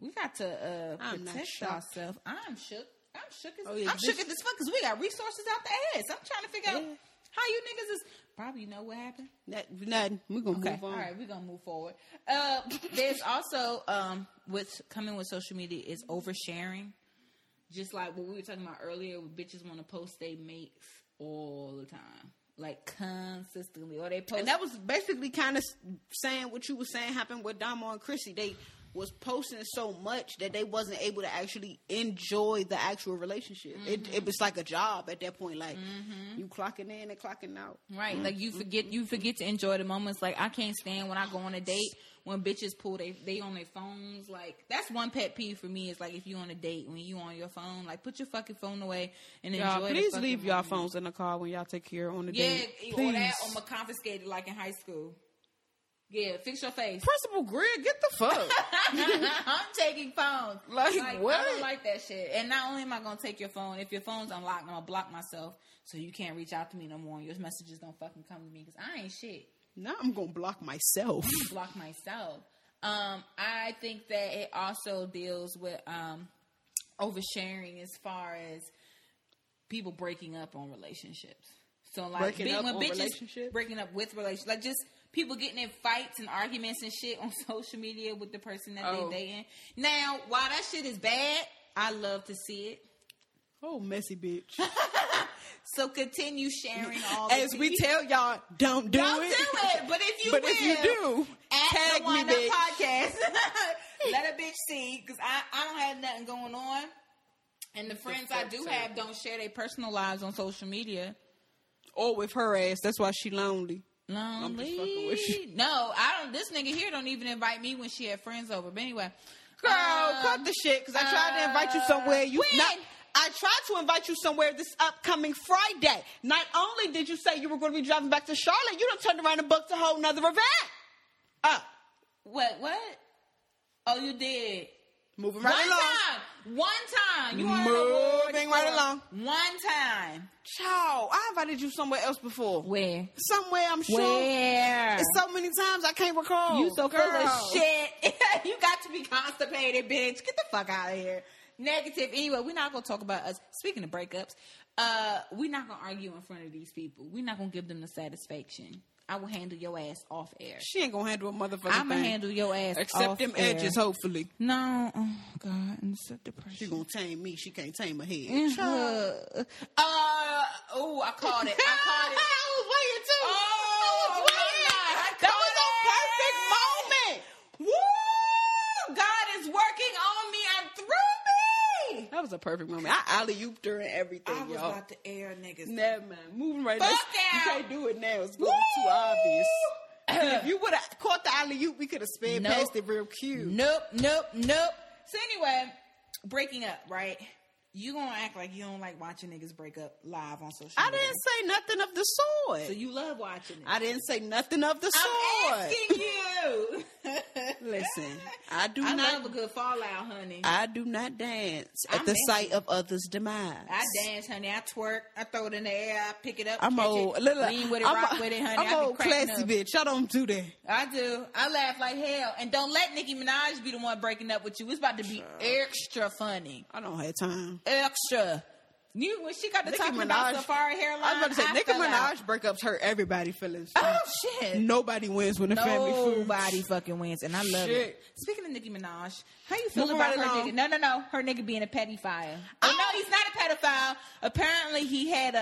S1: We got to uh,
S2: I'm not
S1: protect
S2: shocked.
S1: ourselves. I'm shook. I'm shook as
S2: Oh, yeah,
S1: I'm
S2: this-
S1: shook at this fuck because we got resources out the ass. I'm trying to figure out
S2: Yeah.
S1: how you niggas is probably know what happened.
S2: That, nothing. We're gonna move on.
S1: All right, we're gonna move forward. Uh, there's also um, what's coming with social media is oversharing. Just like what we were talking about earlier, where bitches want to post they mates all the time, like consistently, or they post.
S2: And that was basically kind of saying what you were saying happened with Damo and Chrissy. They was posting so much that they wasn't able to actually enjoy the actual relationship.
S1: Mm-hmm.
S2: It, it was like a job at that point. Like you clocking in and clocking out.
S1: Right, like you forget you forget to enjoy the moments. Like I can't stand when I go on a date when bitches pull they they on their phones. Like that's one pet peeve for me is like if you on a date when you on your phone, like put your fucking phone away and enjoy. the fucking moment.
S2: in the car when y'all take care on the
S1: Yeah, or that or my confiscated like in high school. Yeah, fix your face.
S2: Principal Greer, get the fuck.
S1: I'm taking phones.
S2: Like, what?
S1: I don't like that shit. And not only am I gonna take your phone, if your phone's unlocked, I'm gonna block myself so you can't reach out to me no more. and Your messages don't fucking come to me because I ain't shit.
S2: now I'm gonna block myself.
S1: block myself. Um, I think that it also deals with um, oversharing as far as people breaking up on relationships. So like
S2: Breaking
S1: big-
S2: up
S1: when
S2: on
S1: bitches
S2: relationships?
S1: breaking up with relationships, like just people getting in fights and arguments and shit on social media with the person that
S2: Oh.
S1: they dating. Now, while that shit is bad, I love to see it.
S2: Oh, messy bitch.
S1: So continue sharing all
S2: As
S1: the
S2: we tell y'all, don't do
S1: Oh, Don't
S2: it.
S1: do it. But if you
S2: But
S1: will,
S2: if you do,
S1: at
S2: tag
S1: the
S2: me,
S1: Wind Up
S2: bitch.
S1: podcast, let a bitch see because I I don't have nothing going on, and the friends I do have don't share their personal lives on social media.
S2: Or with her ass. That's why she lonely. just
S1: Lonely.
S2: fucking with you.
S1: No, I don't. This nigga here don't even invite me when she had friends over. But anyway,
S2: Girl,
S1: um,
S2: cut the shit because I tried to invite you somewhere. You
S1: uh, when?
S2: not. I tried to invite you somewhere this upcoming Friday. Not only did you say you were going to be driving back to Charlotte, you done turned around and booked a whole nother event. Uh,
S1: What? What? Oh, you did.
S2: moving
S1: One
S2: right along.
S1: time. One time. You want to know what?
S2: Moving right along.
S1: One time.
S2: Child, I invited you somewhere else before.
S1: Where?
S2: Somewhere, I'm sure.
S1: Where?
S2: It's so many times I can't recall.
S1: You so full
S2: Girl.
S1: of shit. you got to be constipated, bitch. Get the fuck out of here. Negative. Anyway, we're not gonna talk about us. Speaking of breakups, Uh, we're not gonna argue in front of these people. We're not gonna give them the satisfaction. I will handle your ass off air.
S2: She ain't gonna handle a motherfucking
S1: I'ma
S2: thing.
S1: handle your ass
S2: Except
S1: off
S2: them
S1: air.
S2: edges, hopefully.
S1: No, oh God, I'm so
S2: She
S1: depressed.
S2: gonna tame me. She can't tame her head.
S1: Uh, oh, I caught it. I caught it.
S2: I was waiting too.
S1: Oh,
S2: I was waiting.
S1: my God.
S2: That was a perfect moment.
S1: Woo! God is working on me and through me.
S2: That was a perfect moment. I alley ooped her and everything,
S4: I was
S2: y'all.
S4: about to air niggas.
S2: Never mind. Moving right
S1: Fuck
S2: now. You
S1: out.
S2: can't do it now. It's gonna be too
S1: Woo!
S2: obvious. if you would have caught the alley oop, we could have sped
S1: Nope.
S2: past it real cute.
S1: Nope, nope, nope. So anyway, breaking up, right? You gonna act like you don't like watching niggas break up live on social?
S2: I
S1: media.
S2: didn't say nothing of the sort.
S1: So you love watching it.
S2: I didn't say nothing of the
S1: I'm
S2: sort.
S1: asking you.
S2: Listen, I do
S1: I
S2: not.
S1: love a good fallout, honey. I,
S2: I do not dance at
S1: I'm
S2: the
S1: asking-
S2: sight of others' demise.
S1: dance, honey. I twerk. I throw it in the air. I pick it up.
S2: I'm
S1: catch
S2: old.
S1: It,
S2: look, look,
S1: lean with it,
S2: I'm
S1: rock
S2: a-
S1: with it, honey.
S2: I'm
S1: I be
S2: old
S1: cracking
S2: classy
S1: up.
S2: bitch. I don't do that.
S1: I do. I laugh like hell. And don't let Nicki Minaj be the one breaking up with you. It's about to be extra funny.
S2: I don't have time.
S1: Extra. You when she got to
S2: Nicki
S1: talking about
S2: Minaj-
S1: Safari hairline.
S2: I was about to say, Nicki
S1: fell out.
S2: Minaj breakups hurt everybody feelings.
S1: Oh shit.
S2: Nobody wins when the family food.
S1: Nobody fucking wins, and I love it.
S2: Shit.
S1: Speaking of Nicki Minaj, how you feel
S2: Moving
S1: about
S2: right
S1: her
S2: along.
S1: nigga? No, no, no, her nigga being a pedophile. Oh, no, he's not a pedophile. Apparently, he had a,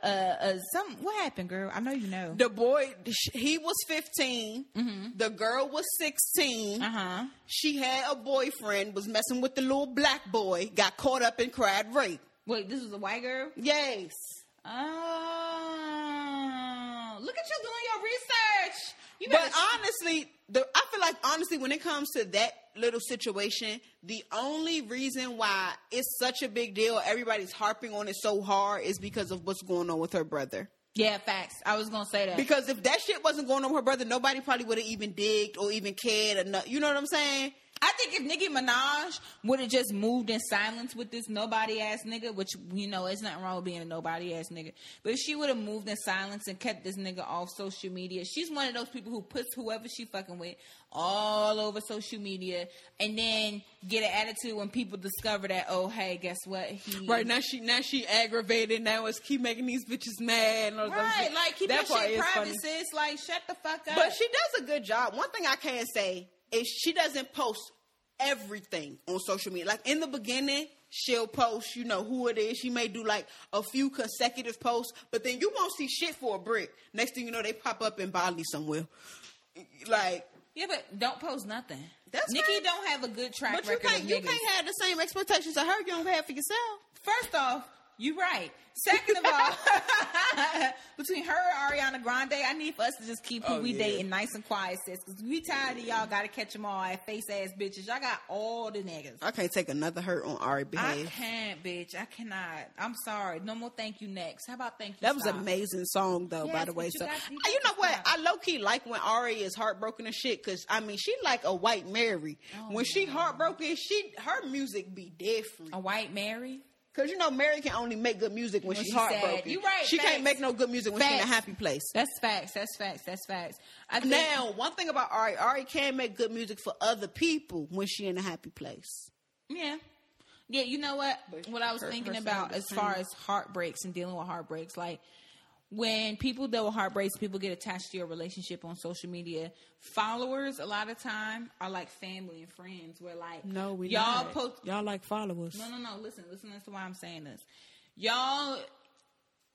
S1: a, a, a some. What happened, girl? I know you know.
S2: The boy, he was 15.
S1: Mm-hmm.
S2: The girl was 16.
S1: Uh huh.
S2: She had a boyfriend, was messing with the little black boy, got caught up and cried rape.
S1: Wait, this was a white girl.
S2: Yes.
S1: Oh, look at you doing your research. You
S2: But
S1: better.
S2: honestly, the I feel like honestly, when it comes to that little situation, the only reason why it's such a big deal, everybody's harping on it so hard, is because of what's going on with her brother.
S1: yeah, facts. I was gonna say that.
S2: Because if that shit wasn't going on with her brother, nobody probably would have even digged or even cared enough. You know what I'm saying?
S1: I think if Nicki Minaj would have just moved in silence with this nobody ass nigga, which you know, it's nothing wrong with being a nobody ass nigga, but if she would have moved in silence and kept this nigga off social media, she's one of those people who puts whoever she fucking with all over social media, and then get an attitude when people discover that. Oh, hey, guess what? He
S2: Right now she now she aggravated. Now it's keep making these bitches mad. And all
S1: right? Like keep that
S2: that part
S1: shit
S2: is
S1: private,
S2: funny.
S1: sis. Like shut the fuck up.
S2: But she does a good job. One thing I can say is she doesn't post everything on social media. Like in the beginning, she'll post, you know, who it is. She may do like a few consecutive posts, but then you won't see shit for a brick. Next thing you know, they pop up in Bali somewhere. Like,
S1: yeah, but don't post nothing.
S2: That's
S1: Nicki
S2: fine.
S1: don't have a good track
S2: but you
S1: record.
S2: can't
S1: of
S2: you
S1: niggas.
S2: can't have the same expectations of her you don't have for yourself.
S1: First off, you're right. Second of all, between her and Ariana Grande, I need for us to just keep who
S2: Oh,
S1: we
S2: yeah.
S1: dating nice and quiet, sis. Because we tired of y'all got to catch them all at face ass bitches. Y'all got all the niggas.
S2: I can't take another hurt on Ari
S1: I
S2: behalf.
S1: can't, bitch. I cannot. I'm sorry. No more thank you next. How about thank you?
S2: That was
S1: stop?
S2: an amazing song though,
S1: Yes,
S2: by the way.
S1: but you
S2: So uh,
S1: got- you
S2: you,
S1: got
S2: know
S1: to
S2: what?
S1: stop.
S2: I low key like when Ari is heartbroken and shit because I mean she like a white Mary.
S1: Oh,
S2: when she heartbroken, she her music be different
S1: A white Mary?
S2: because you know Mary can only make good music when,
S1: Oh. When
S2: she's
S1: she's sad.
S2: heartbroken.
S1: You right,
S2: She
S1: facts.
S2: can't make no good music when she's in
S1: Facts.
S2: a happy place.
S1: That's facts. That's facts. That's facts. I think,
S2: Now, one thing about Ari, Ari can make good music for other people when she in a happy place.
S1: Yeah. Yeah, you know what? What I was
S2: her-
S1: thinking
S2: her
S1: about
S2: sound
S1: as
S2: is
S1: far as heartbreaks and dealing with heartbreaks, like when people deal with heartbreaks, people get attached to your relationship on social media. Followers, a lot of time, are like family and friends. Where like, y'all post,
S4: y'all like followers.
S1: no, no, no. Listen, listen. That's why I'm saying this. Y'all,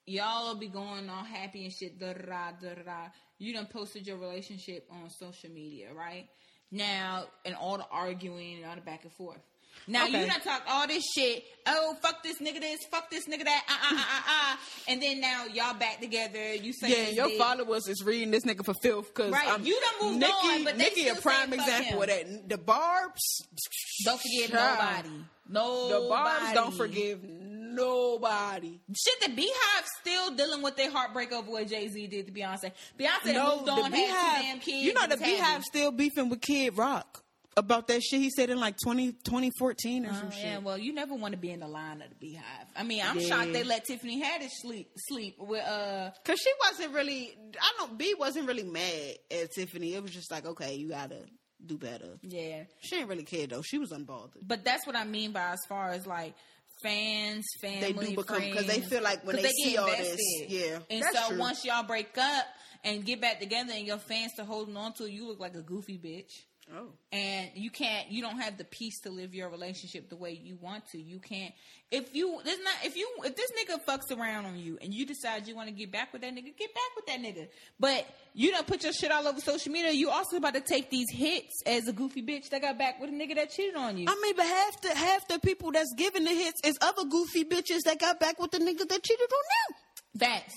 S1: y'all be going all happy and shit. Da da da da. You done posted your relationship on social media, right? Now and all the arguing and all the back and forth. Now you
S2: Okay.
S1: done talk all this shit. Oh fuck this nigga this, fuck this nigga that. Ah ah ah ah. ah. And then now y'all back together. You saying
S2: Yeah, your
S1: this.
S2: followers is reading this nigga for filth because
S1: Right,
S2: um,
S1: you done moved
S2: Nikki,
S1: on, but they
S2: Nikki
S1: still
S2: a prime
S1: saying fuck
S2: example of that. The barbs,
S1: Don't forget
S2: Child.
S1: nobody. Nobody.
S2: The barbs don't forgive nobody.
S1: Shit, the Beehive still dealing with their heartbreak over what Jay Z did to Beyonce. Beyonce
S2: no,
S1: moved on,
S2: the
S1: had two damn
S2: beehive.
S1: kids.
S2: you know
S1: and
S2: the
S1: was happy.
S2: beehive still beefing with Kid Rock about that shit he said in like 20, 2014 or
S1: Oh,
S2: some
S1: yeah,
S2: shit.
S1: well, you never want to be in the line of the Beehive. I mean, I'm
S2: Yeah.
S1: shocked they let Tiffany Haddish sleep sleep with uh
S2: Cause she wasn't really. I don't. B wasn't really mad at Tiffany. It was just like, okay, you gotta do better.
S1: yeah.
S2: She ain't really care though. She was unbothered.
S1: But that's what I mean by as far as like fans, family,
S2: They do become because they
S1: friends.
S2: feel like when
S1: 'Cause
S2: they, see
S1: get
S2: all
S1: invested.
S2: this, yeah.
S1: And
S2: that's
S1: so
S2: true.
S1: once y'all break up and get back together, and your fans are holding on to, you look like a goofy bitch.
S2: oh,
S1: And you can't, you don't have the peace to live your relationship the way you want to. You can't, if you, there's not, if you, if this nigga fucks around on you and you decide you want to get back with that nigga, get back with that nigga. But you don't put your shit all over social media. You also about to take these hits as a goofy bitch that got back with a nigga that cheated on you.
S2: I mean, but half the half the people that's giving the hits is other goofy bitches that got back with the niggas that cheated on them.
S1: Facts.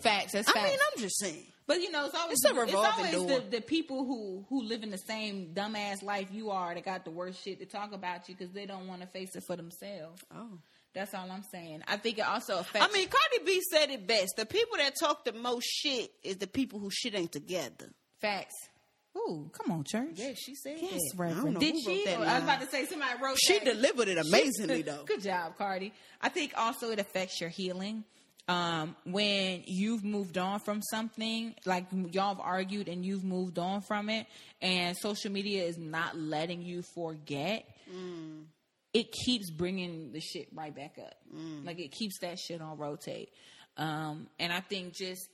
S1: Facts. That's facts.
S2: I mean, I'm just saying.
S1: but you know, it's always
S2: It's a revolving
S1: always
S2: door.
S1: The, the people who who live in the same dumbass life you are that got the worst shit to talk about you because they don't want to face it for themselves.
S2: Oh.
S1: That's all I'm saying. I think it also affects.
S2: I mean, Cardi B said it best. The people that talk the most shit is the people who shit ain't together.
S1: facts. Ooh, come on, church.
S2: she said
S1: Yes,
S2: that.
S1: Reverend.
S2: I don't know
S1: Did
S2: who
S1: she?
S2: wrote that
S1: Or- I was
S2: line.
S1: about to say somebody wrote.
S2: She
S1: that.
S2: delivered it amazingly, though.
S1: Good job, Cardi. I think also it affects your healing. Um, when you've moved on from something, like y'all have argued and you've moved on from it, and social media is not letting you forget,
S2: Mm.
S1: it keeps bringing the shit right back up.
S2: Mm.
S1: Like it keeps that shit on rotate. Um, and I think just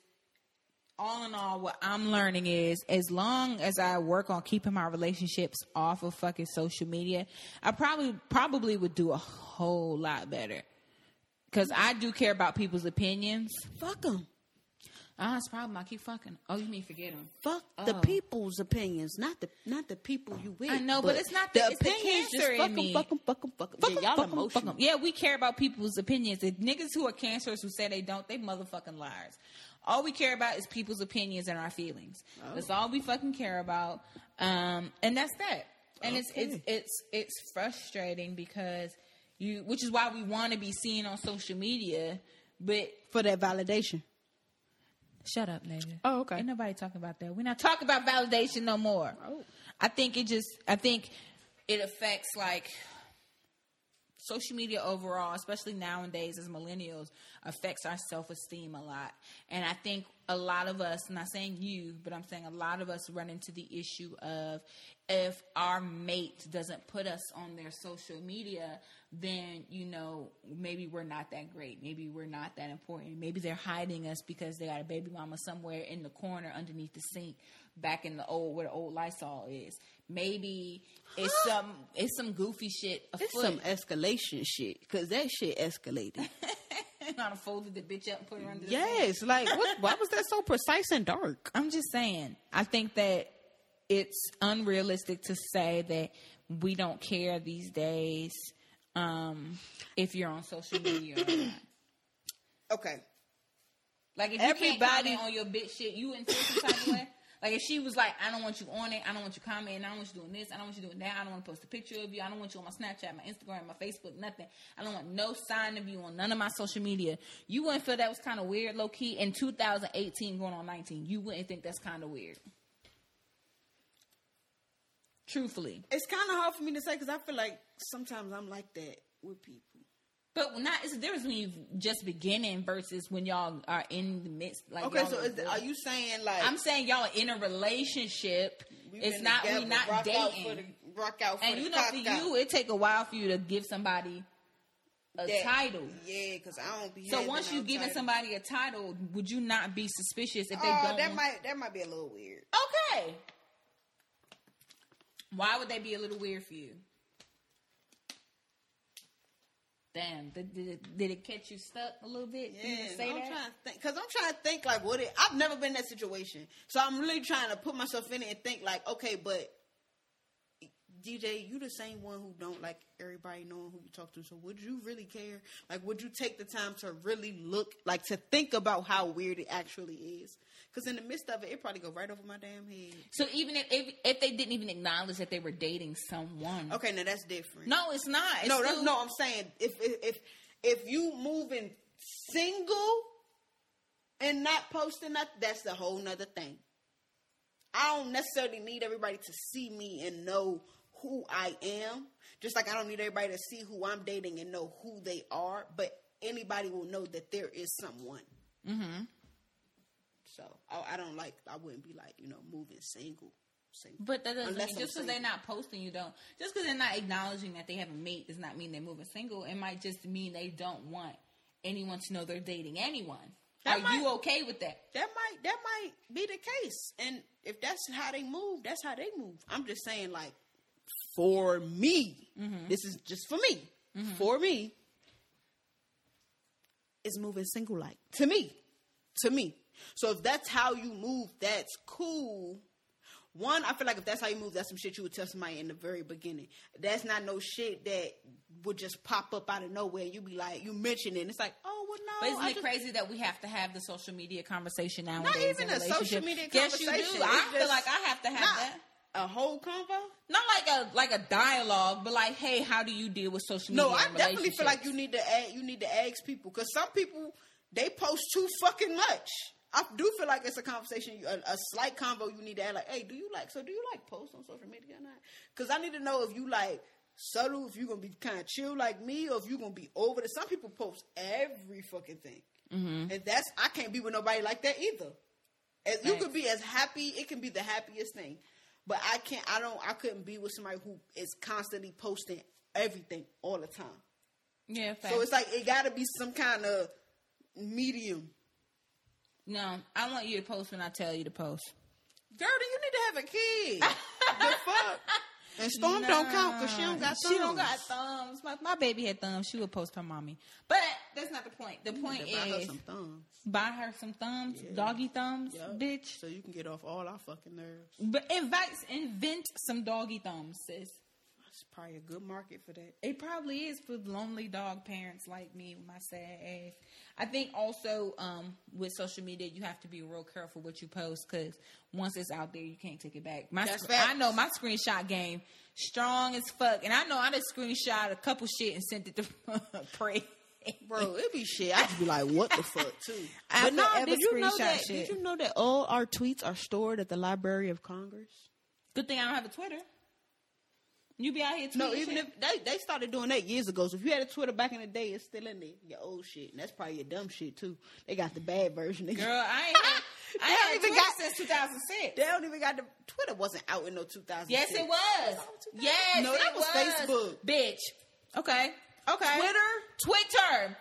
S1: all in all, what I'm learning is as long as I work on keeping my relationships off of fucking social media, I probably probably would do a whole lot better. Cause I do care about people's opinions.
S2: Fuck them.
S1: Ah, it's a problem. I keep fucking. Oh, you mean forget them?
S2: Fuck the people's opinions, not the not the people you with.
S1: I know, but it's not the- it's the cancer in
S2: fuck 'em,
S1: me.
S2: fuck 'em, fuck 'em, fuck 'em.
S1: Fuck
S2: Yeah,
S1: 'em,
S2: y'all
S1: fuck 'em,
S2: emotional.
S1: fuck 'em. Yeah, we care about people's opinions. The niggas who are cancerous who say they don't, they motherfucking liars. All we care about is people's opinions and our feelings.
S2: Oh.
S1: That's all we fucking care about. Um, and that's that. And it's it's it's it's frustrating because you, which is why we want to be seen on social media, but
S2: For that validation.
S1: Shut up, nigga.
S2: Oh, okay.
S1: Ain't nobody talking about that. We're not talking about validation no more.
S2: Oh.
S1: I think it just I think it affects like social media overall, especially nowadays as millennials, affects our self esteem a lot. And I think a lot of us, not saying you, but I'm saying a lot of us run into the issue of if our mate doesn't put us on their social media, then, you know, maybe we're not that great. Maybe we're not that important. Maybe they're hiding us because they got a baby mama somewhere in the corner underneath the sink back in the old where the old Lysol is. Maybe it's some it's some goofy shit afoot.
S2: It's some escalation shit, because that shit escalated.
S1: kind of folded the bitch up and put her under the sink.
S2: yes, like, what, why was that so precise and dark?
S1: I'm just saying. I think that it's unrealistic to say that we don't care these days um, if you're on social media or not.
S2: Okay.
S1: Like if you can't
S2: Everybody-
S1: comment on your bitch shit, you in some type of way. Like if she was like, I don't want you on it, I don't want you commenting, I don't want you doing this, I don't want you doing that, I don't want to post a picture of you, I don't want you on my Snapchat, my Instagram, my Facebook, nothing. I don't want no sign of you on none of my social media. You wouldn't feel that was kind of weird, low key. In 2018, going on 19, you wouldn't think that's kind of weird. Truthfully,
S2: It's kind of hard for me to say, because I feel like sometimes I'm like that with people.
S1: but not it's a difference when you've just beginning versus when y'all are in the midst. Like
S2: Okay,
S1: y'all
S2: so is, are you saying, like,
S1: I'm saying y'all are in a relationship.
S2: we've
S1: it's
S2: been
S1: not we
S2: together,
S1: not
S2: rock out
S1: dating.
S2: for the, rock out for
S1: and
S2: the
S1: you know, for
S2: cock out.
S1: you, it take a while for you to give somebody a
S2: That-
S1: title.
S2: Yeah, because I don't be.
S1: So
S2: having
S1: once
S2: no
S1: you giving
S2: title.
S1: somebody a title, would you not be suspicious if they
S2: oh,
S1: don't?
S2: that
S1: want-
S2: might that might be a little weird.
S1: okay. Why would they be a little weird for you? Damn, did, did, it, did it catch you stuck a little bit? for you to
S2: Yeah,
S1: say
S2: I'm
S1: that?
S2: trying to think because I'm trying to think like what it. I've never been in that situation, so I'm really trying to put myself in it and think like, okay, but DJ, you the same one who don't like everybody knowing who you talk to. So would you really care? Like, would you take the time to really look, like, to think about how weird it actually is? Because in the midst of it, it probably go right over my damn head.
S1: So even if, if if they didn't even acknowledge that they were dating someone,
S2: Okay, now that's different.
S1: No, it's not. It's
S2: no,
S1: still,
S2: that's, no. I'm saying if if if, if you moving single and not posting nothing, that's a whole nother thing. I don't necessarily need everybody to see me and know who I am. Just like I don't need everybody to see who I'm dating and know who they are, but anybody will know that there is someone. Mm-hmm. So I, I don't like. I wouldn't be like you know moving single Say-
S1: But that doesn't
S2: Unless
S1: mean
S2: I'm
S1: just because
S2: single.
S1: they're not posting, you don't. Just because they're not acknowledging that they have a mate does not mean they're moving single. It might just mean they don't want anyone to know they're dating anyone.
S2: That
S1: Are
S2: might-
S1: you okay with that?
S2: that might that might be the case. And if that's how they move, that's how they move. I'm just saying, like for me,
S1: Mm-hmm.
S2: this is just for me. For me, is moving single like to me, to me. So if that's how you move, that's cool. One, I feel like if that's how you move, that's some shit you would tell somebody in the very beginning. That's not no shit that would just pop up out of nowhere. You be like, you mention it, and it's like, oh well, no.
S1: But isn't
S2: I
S1: it
S2: just-
S1: crazy that we have to have the social media conversation now?
S2: Not even a social media
S1: yes,
S2: conversation.
S1: you do. I
S2: It's
S1: feel
S2: just
S1: like I have to have
S2: not
S1: that. Mm-hmm.
S2: A whole convo?
S1: Not like a like a dialogue, but like, hey, how do you deal with social media?
S2: No, I
S1: in
S2: definitely feel like
S1: relationships?
S2: you need to add, you need to ask people because some people they post too fucking much. I do feel like it's a conversation, a, a slight convo you need to add. Like, hey, do you like? So, do you like post on social media or not? Because I need to know if you like subtle, if you're gonna be kind of chill like me, or if you're gonna be over. The some people post every fucking thing,
S1: Mm-hmm.
S2: and that's I can't be with nobody like that either. As, you could be as happy. It can be the happiest thing, but I can't. I don't. I couldn't be with somebody who is constantly posting everything all the time.
S1: yeah.
S2: So
S1: facts.
S2: it's like it got to be some kind of medium.
S1: no, I want you to post when I tell you to post.
S2: Girl, do you need to have a kid? the fuck. And Storm don't count because she don't got
S1: She don't
S2: thumbs.
S1: got thumbs. My, my baby had thumbs. She would post her mommy, but that's not the point. The point
S2: Yeah, buy her
S1: is
S2: some thumbs,
S1: buy her some thumbs, doggy thumbs,
S2: Yup.
S1: bitch.
S2: So you can get off all our fucking nerves.
S1: But invite invent some doggy thumbs, sis.
S2: That's probably a good market for that.
S1: It probably is for lonely dog parents like me with my sad ass. I think also um, with social media, you have to be real careful what you post because once it's out there, you can't take it back. My
S2: That's
S1: sc-
S2: facts.
S1: I know my screenshot game strong as fuck, and I know I just screenshot a couple shit and sent it to pray.
S2: Bro, it be shit. I just be like, what the fuck, too.
S1: I
S2: but no,
S1: forever
S2: did you know
S1: screenshot
S2: that?
S1: shit.
S2: Did you know that all our tweets are stored at the Library of Congress?
S1: Good thing I don't have a Twitter. You be out here tweeting.
S2: No, even
S1: shit.
S2: if they, they started doing that years ago. So if you had a Twitter back in the day, it's still in there. Your old shit, and that's probably your dumb shit too. They got the bad version. They-
S1: girl, I ain't. had- I
S2: They
S1: ain't
S2: don't even
S1: even got
S2: got-
S1: since 2006.
S2: They don't even got the Twitter wasn't out in no 2000.
S1: Yes, it was. Yes,
S2: No, that
S1: it
S2: was Facebook.
S1: Bitch. Okay. Okay.
S2: Twitter?
S1: Twitter.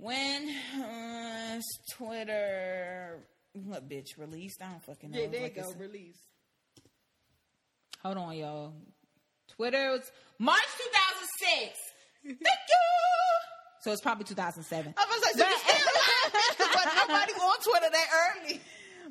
S1: When uh, Twitter, what bitch released? I don't fucking know.
S2: Yeah, there you
S1: Like
S2: go.
S1: it's-
S2: Release.
S1: Hold on, y'all. Twitter was March 2006. Thank you. So it's probably 2007.
S2: I was like, so you still alive, but nobody on Twitter that early.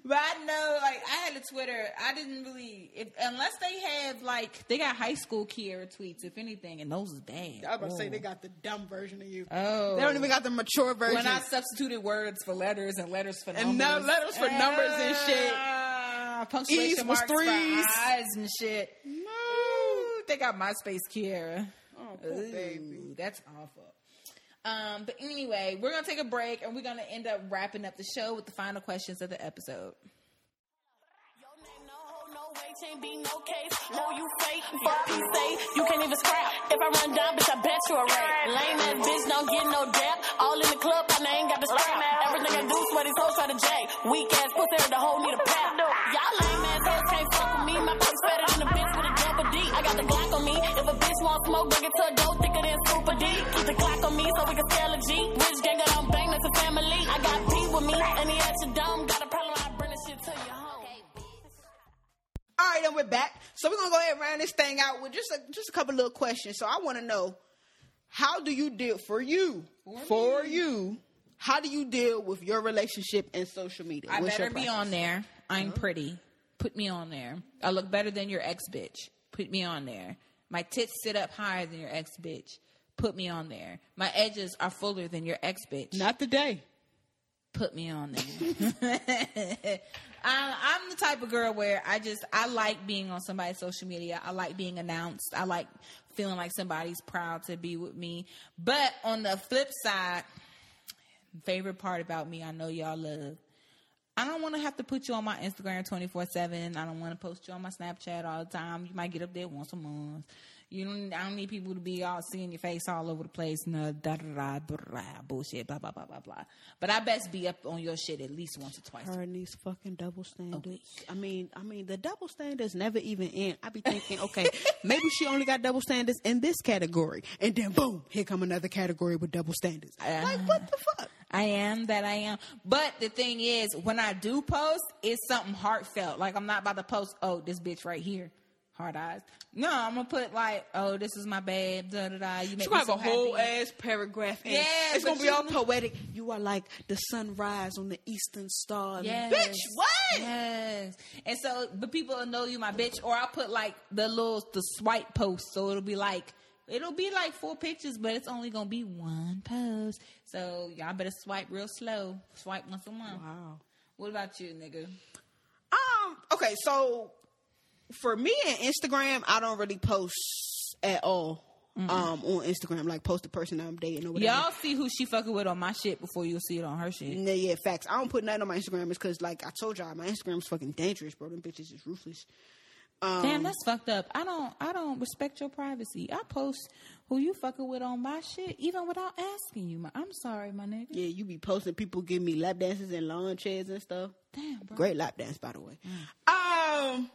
S1: But I know, like, I had a Twitter. I didn't really, if, unless they had like they got high school Kiera tweets, if anything, and those is bad.
S2: I was about to say
S1: Oh.
S2: they got the dumb version of you.
S1: Oh,
S2: They don't even got the mature version.
S1: when I substituted words for letters and letters for numbers
S2: And now letters for numbers and shit.
S1: Ah, Punctuation
S2: E's was
S1: marks for
S2: threes.
S1: eyes and shit. Ooh, they got MySpace Kiera.
S2: Oh, poor baby.
S1: that's awful. Um, but anyway, we're gonna take a break and we're gonna end up wrapping up the show with the final questions of the episode.
S3: Your name, no hoe, no wait, ain't be no case. Oh, you fake, fuck, you say you can't even scrap. If I run down, bitch, I bet you a rap. Lame ass bitch, don't get no dap. All in the club, and I ain't got the strap. Everything I do, swear these hoes try to jack. Weak ass pussy, the hoe need a pap. Y'all lame ass hoes can't fuck with me. My bitch better than a bitch with a double D. I got the Glock on me. If a bitch wants smoke, bring it to a dough thicker than Super D. Keep the Glock on me so we can sell a G. Rich gang, I don't bang, that's a family. I got P with me, and he at your dome. Got a problem, I bring this shit to your home.
S2: All right, then we're back. So we're gonna go ahead and round this thing out with just a, just a couple little questions. So I want to know, how do you deal for you for, you? How do you deal with your relationship and social media?
S1: I
S2: What's
S1: better
S2: your
S1: be
S2: process? Uh-huh.
S1: on there. I'm pretty. Put me on there. I look better than your ex bitch. Put me on there. My tits sit up higher than your ex bitch. Put me on there. My edges are fuller than your ex bitch.
S2: Not today.
S1: Put me on there. I, I'm the type of girl where I just I like being on somebody's social media. I like being announced. I like feeling like somebody's proud to be with me. But on the flip side, favorite part about me, I know y'all love. I don't want to have to put you on my Instagram 24 7. I don't want to post you on my Snapchat all the time. You might get up there once a month. You don't. I don't need people to be all seeing your face all over the place. No, da da da da bullshit. Blah blah blah blah blah. But I best be up on your shit at least once or twice.
S2: Her and these fucking double standards. I mean, I mean, the double standards never even end. I be thinking, okay, maybe she only got double standards in this category, and then boom, here come another category with double standards. like what the fuck?
S1: I am that I am. But the thing is, when I do post, it's something heartfelt. Like I'm not about to post, oh, this bitch right here. Hard eyes. No, I'm gonna put like, oh, this is my babe. Da da da. You make
S2: She
S1: me
S2: gonna have
S1: so
S2: a whole
S1: happy.
S2: ass paragraph. in.
S1: Yeah,
S2: it's
S1: but
S2: gonna be
S1: you-
S2: all poetic. You are like the sunrise on the eastern star.
S1: Yes.
S2: Bitch, what?
S1: Yes. And so, but people will know you my bitch, or I'll put like the little the swipe post, so it'll be like it'll be like four pictures, but it's only gonna be one post. So y'all better swipe real slow. Swipe once a month.
S2: Wow.
S1: What about you, nigga?
S2: Um. Okay. So for me and Instagram, I don't really post at all. Um, on Instagram, like post the person I'm dating or whatever.
S1: Y'all see who she fucking with on my shit before you'll see it on her shit.
S2: Yeah, yeah, facts. I don't put nothing on my Instagram. It's because, like I told y'all, my Instagram is fucking dangerous, bro. Them bitches is ruthless.
S1: Damn, that's fucked up. I don't I don't respect your privacy. I post who you fucking with on my shit, even without asking you. My, I'm sorry, my nigga.
S2: Yeah, you be posting people giving me lap dances and lawn chairs and stuff.
S1: Damn, bro. Mm.
S2: Great lap dance, by the way. Um,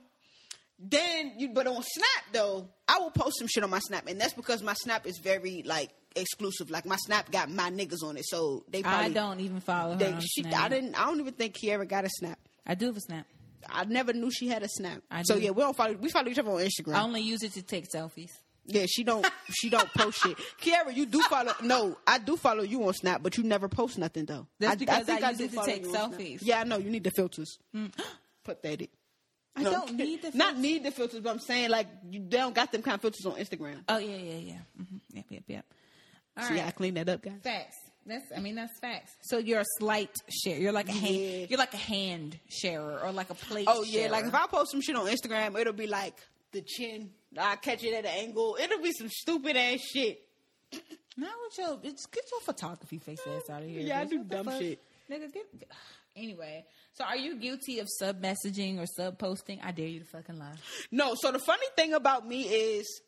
S2: then you, but on Snap though, I will post some shit on my Snap, and that's because my Snap is very like exclusive. Like my Snap got my niggas on it, so they probably
S1: I don't even follow her.
S2: They,
S1: on
S2: she,
S1: Snap.
S2: I didn't. I don't even think Kiara got a Snap.
S1: I do have a snap.
S2: I never knew she had a Snap.
S1: I
S2: so
S1: do.
S2: yeah, we don't follow. We follow each other on Instagram.
S1: I only use it to take selfies.
S2: Yeah, she don't she don't post shit. Kiara, you do follow no, I do follow you on Snap, but you never post nothing though.
S1: That's because I use
S2: do
S1: it to
S2: follow
S1: take
S2: you on Snap.
S1: selfies.
S2: Yeah, I know you need the filters. Pathetic.
S1: I
S2: No,
S1: don't
S2: I'm
S1: need the
S2: kidding. Not Mm. need the filters, but I'm saying like you they don't got them kind of filters on Instagram.
S1: Oh yeah, yeah, yeah. hmm Yep, yep, yep. All right,
S2: so yeah, I clean that up, guys.
S1: facts. That's I mean that's facts. So you're a slight share. You're like a hand.
S2: Yeah.
S1: You're like a hand sharer or like a plate.
S2: Oh yeah, like
S1: sharer.
S2: if I post some shit on Instagram, it'll be like the chin. I catch it at an angle. It'll be some stupid ass shit.
S1: Not with your, it's, get your photography face ass out of here.
S2: Yeah, I
S1: bitch.
S2: do
S1: What the
S2: dumb shit.
S1: Nigga, get, anyway. So, are you guilty of sub messaging or sub posting? I dare you to fucking lie.
S2: No, so the funny thing about me is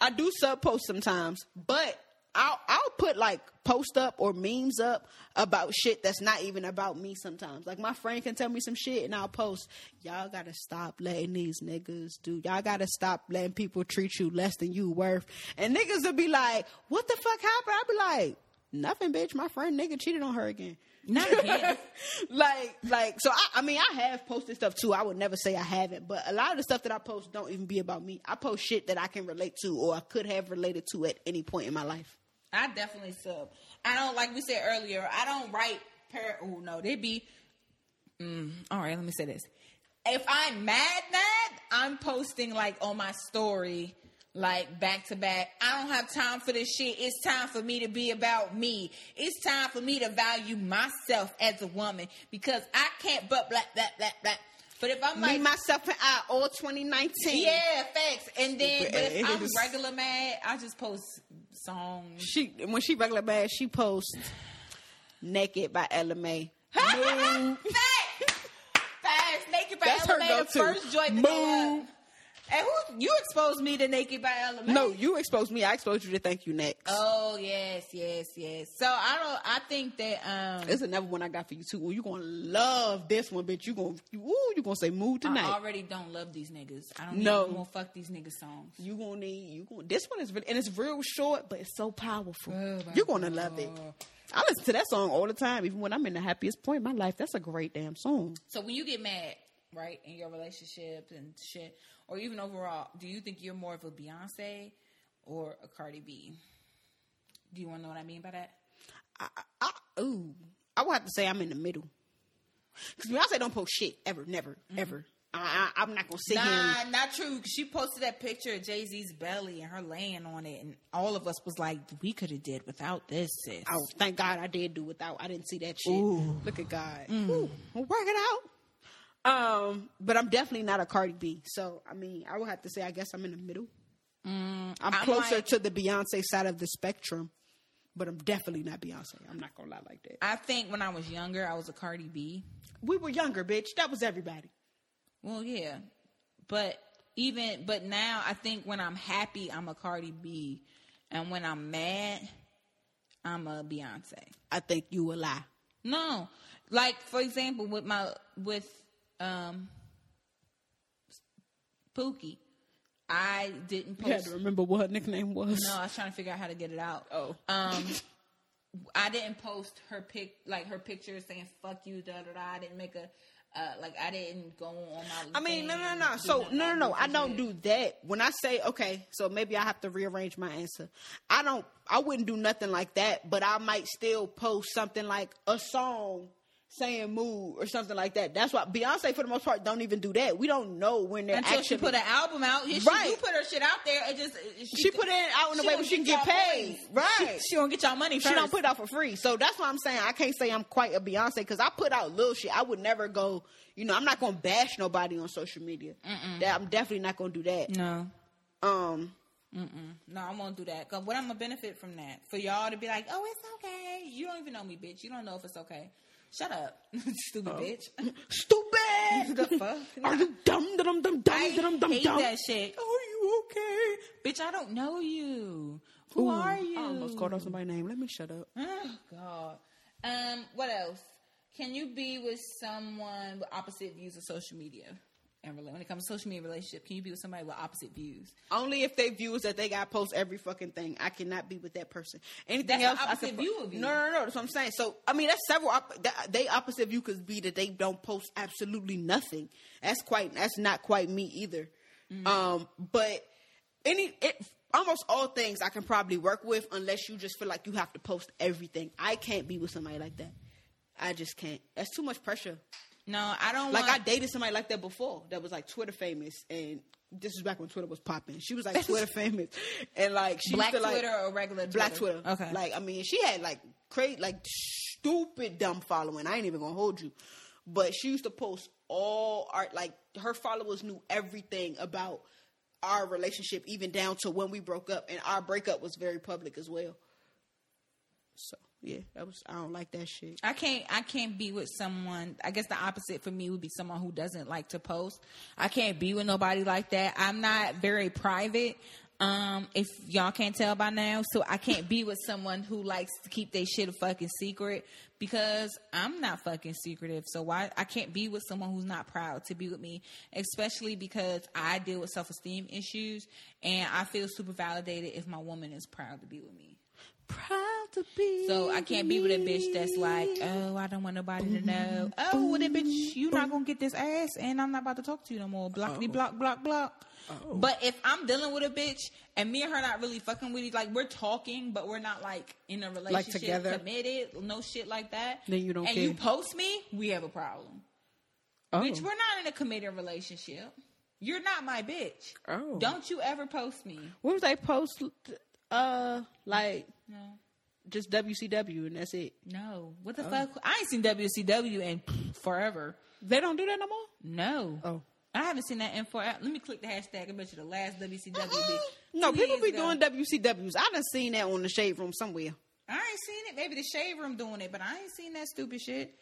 S2: I do sub post sometimes, but I'll I'll put like post up or memes up about shit that's not even about me sometimes. Like my friend can tell me some shit and I'll post, Y'all gotta stop letting these niggas do y'all gotta stop letting people treat you less than you worth. And niggas will be like, What the fuck happened? I'll be like, Nothing, bitch. My friend nigga cheated on her again
S1: Not again.
S2: like like so I, I mean i have posted stuff too i would never say i haven't but a lot of the stuff that i post don't even be about me i post shit that i can relate to or i could have related to at any point in my life
S1: I definitely sub. I don't like we said earlier. I don't write. Par- oh no, they be. Mm, all right, let me say this. If I'm mad, mad, I'm posting like on my story, like back to back. I don't have time for this shit. It's time for me to be about me. It's time for me to value myself as a woman because I can't but blah blah blah blah. But if I'm
S2: me
S1: like
S2: myself and i all 2019
S1: yeah, facts. And then, but if I'm
S2: Stupid ass.
S1: regular mad, I just post songs.
S2: she when she regular bad she posts naked by lma
S1: Move. Facts. Facts. Naked by
S2: That's her
S1: LMA, the
S2: go-to.
S1: first joint to
S2: Move.
S1: go up. And who you exposed me to Naked by LMA?
S2: no you exposed me i exposed you to thank you next
S1: Oh yes, yes, yes. So I don't. I think that um,
S2: it's another one I got for you too. Ooh, you gonna love this one, bitch. You gonna, ooh, you gonna say move tonight.
S1: I already don't love these niggas. I don't need
S2: No.
S1: no more fuck these niggas songs.
S2: You gonna need you gonna this one is really and it's real short, but it's so powerful.
S1: Oh, my
S2: You're gonna love it. I listen to that song all the time, even when I'm in the happiest point in my life. That's a great damn song.
S1: So when you get mad, right, in your relationships and shit, or even overall, do you think you're more of a Beyonce or a Cardi B? Do you want to know what I mean by that?
S2: I, I, I ooh, I would have to say I'm in the middle. Because Beyonce don't post shit ever, never, ever. I, I, I'm not gonna sit here.
S1: Nah, not true. 'cause She posted that picture of Jay Z's belly and her laying on it, and all of us was like, "We could have did without this." Sis.
S2: Oh, thank God I did do without. I didn't see that shit. Look at God. Ooh, we'll work it out. Um, but I'm definitely not a Cardi B. So I mean, I would have to say I guess I'm in the middle. Mm, I'm,
S1: I'm
S2: closer
S1: like-
S2: to the Beyonce side of the spectrum, but I'm definitely not Beyonce. I'm not gonna lie like that.
S1: I think when I was younger, I was a Cardi B.
S2: We were younger, bitch. That was everybody.
S1: Well, yeah, but even but now I think when I'm happy I'm a Cardi B, and when I'm mad I'm a Beyonce.
S2: I think you will lie.
S1: No, like for example with my with um Pookie, I didn't
S2: You had
S1: post.
S2: to remember what her nickname was.
S1: No, I was trying to figure out how to get it out.
S2: Oh.
S1: Um, I didn't post her pic, like her picture saying "fuck you," da da da. I didn't make a, uh, like I didn't go on my.
S2: I mean, no,
S1: thing
S2: no,
S1: and
S2: no.
S1: do
S2: So,
S1: nothing
S2: no, no, no.
S1: like
S2: I
S1: that.
S2: don't do that. When I say, okay, so maybe I have to rearrange my answer. I don't, I wouldn't do nothing like that, but I might still post something like a song saying mood or something like that. That's why Beyonce, for the most part, don't even do that. We don't know when they're
S1: until she
S2: actually.
S1: put an album out. If
S2: Right.
S1: She do put her shit out there. It just it-
S2: she put it out in a way where she can get
S1: y'all
S2: paid.
S1: coins.
S2: Right.
S1: She don't get y'all money.
S2: She
S1: first.
S2: don't put out for free. So that's why I'm saying I can't say I'm quite a Beyonce because I put out little shit. I would never go, you know, I'm not going to bash nobody on social media. That I'm definitely not going to do that.
S1: No.
S2: Um,
S1: No, I won't do that. Cause what I'm gonna benefit from that? For y'all to be like, oh, it's okay. You don't even know me, bitch. You don't know if it's okay. Shut up,
S2: Oh.
S1: stupid bitch.
S2: stupid.
S1: the fuck?
S2: Are you dumb? Dum dum dum
S1: I
S2: dum dum
S1: hate
S2: dum.
S1: that shit. Oh, you okay? Bitch, I don't know you. Who are you?
S2: I almost called out somebody's name. Let me shut up.
S1: Oh God. Um, what else? Can you be with someone with opposite views of social media? And rela- when it comes to social media relationship, can you be with somebody with opposite views?
S2: Only if they view is that they got post every fucking thing. I cannot be with that person. Anything
S1: That's
S2: else,
S1: the
S2: I could
S1: opposite
S2: po-
S1: view of you.
S2: No, no, no. That's what I'm saying. So I mean, that's several. Op- that, they opposite view could be that they don't post absolutely nothing. That's quite. That's not quite me either.
S1: Mm-hmm.
S2: Um, but any. It, Almost all things I can probably work with, unless you just feel like you have to post everything. I can't be with somebody like that. I just can't. That's too much pressure.
S1: No, I don't
S2: Like I
S1: want.
S2: dated somebody like that before that was like Twitter famous and this is back when Twitter was popping. She was like Twitter famous and like she
S1: black
S2: used to, like,
S1: Twitter or regular Twitter?
S2: black Twitter.
S1: Okay.
S2: Like I mean she had like crazy like stupid dumb following. I ain't even gonna hold you. But she used to post all art like her followers knew everything about our relationship, even down to when we broke up and our breakup was very public as well. So yeah, that was I don't like that shit.
S1: I can't I can't be with someone I guess the opposite for me would be someone who doesn't like to post. I can't be with nobody like that. I'm not very private. Um, if y'all can't tell by now, so I can't be with someone who likes to keep their shit a fucking secret because I'm not fucking secretive. So why I can't be with someone who's not proud to be with me, especially because I deal with self esteem issues and I feel super validated if my woman is proud to be with me.
S2: Proud to be
S1: So I can't be with a bitch that's like, oh, I don't want nobody to know. Oh, well, then, bitch, you not gonna get this ass, and I'm not about to talk to you no more. Blockity, block, block, block. But if I'm dealing with a bitch and me and her not really fucking with each, like we're talking, but we're not like in a relationship,
S2: together?
S1: committed, no shit like that.
S2: Then you don't
S1: And
S2: care.
S1: you post me, we have a problem.
S2: oh.
S1: Bitch, we're not in a committed relationship. You're not my bitch.
S2: Oh.
S1: Don't you ever post me.
S2: What was they post? Uh, like
S1: No.
S2: just WCW and that's it.
S1: No. What
S2: Oh.
S1: the fuck? I ain't seen WCW in forever.
S2: They don't do that no more.
S1: No.
S2: Oh.
S1: I haven't seen that info. Let me click the hashtag. I bet you the last WCW. bitch.
S2: Uh-huh. Oh. No,
S1: Two
S2: people
S1: years
S2: be
S1: ago.
S2: doing WCWs. I done seen that on the shade room somewhere.
S1: I ain't seen it. Maybe the shade room doing it, but I ain't seen that stupid shit.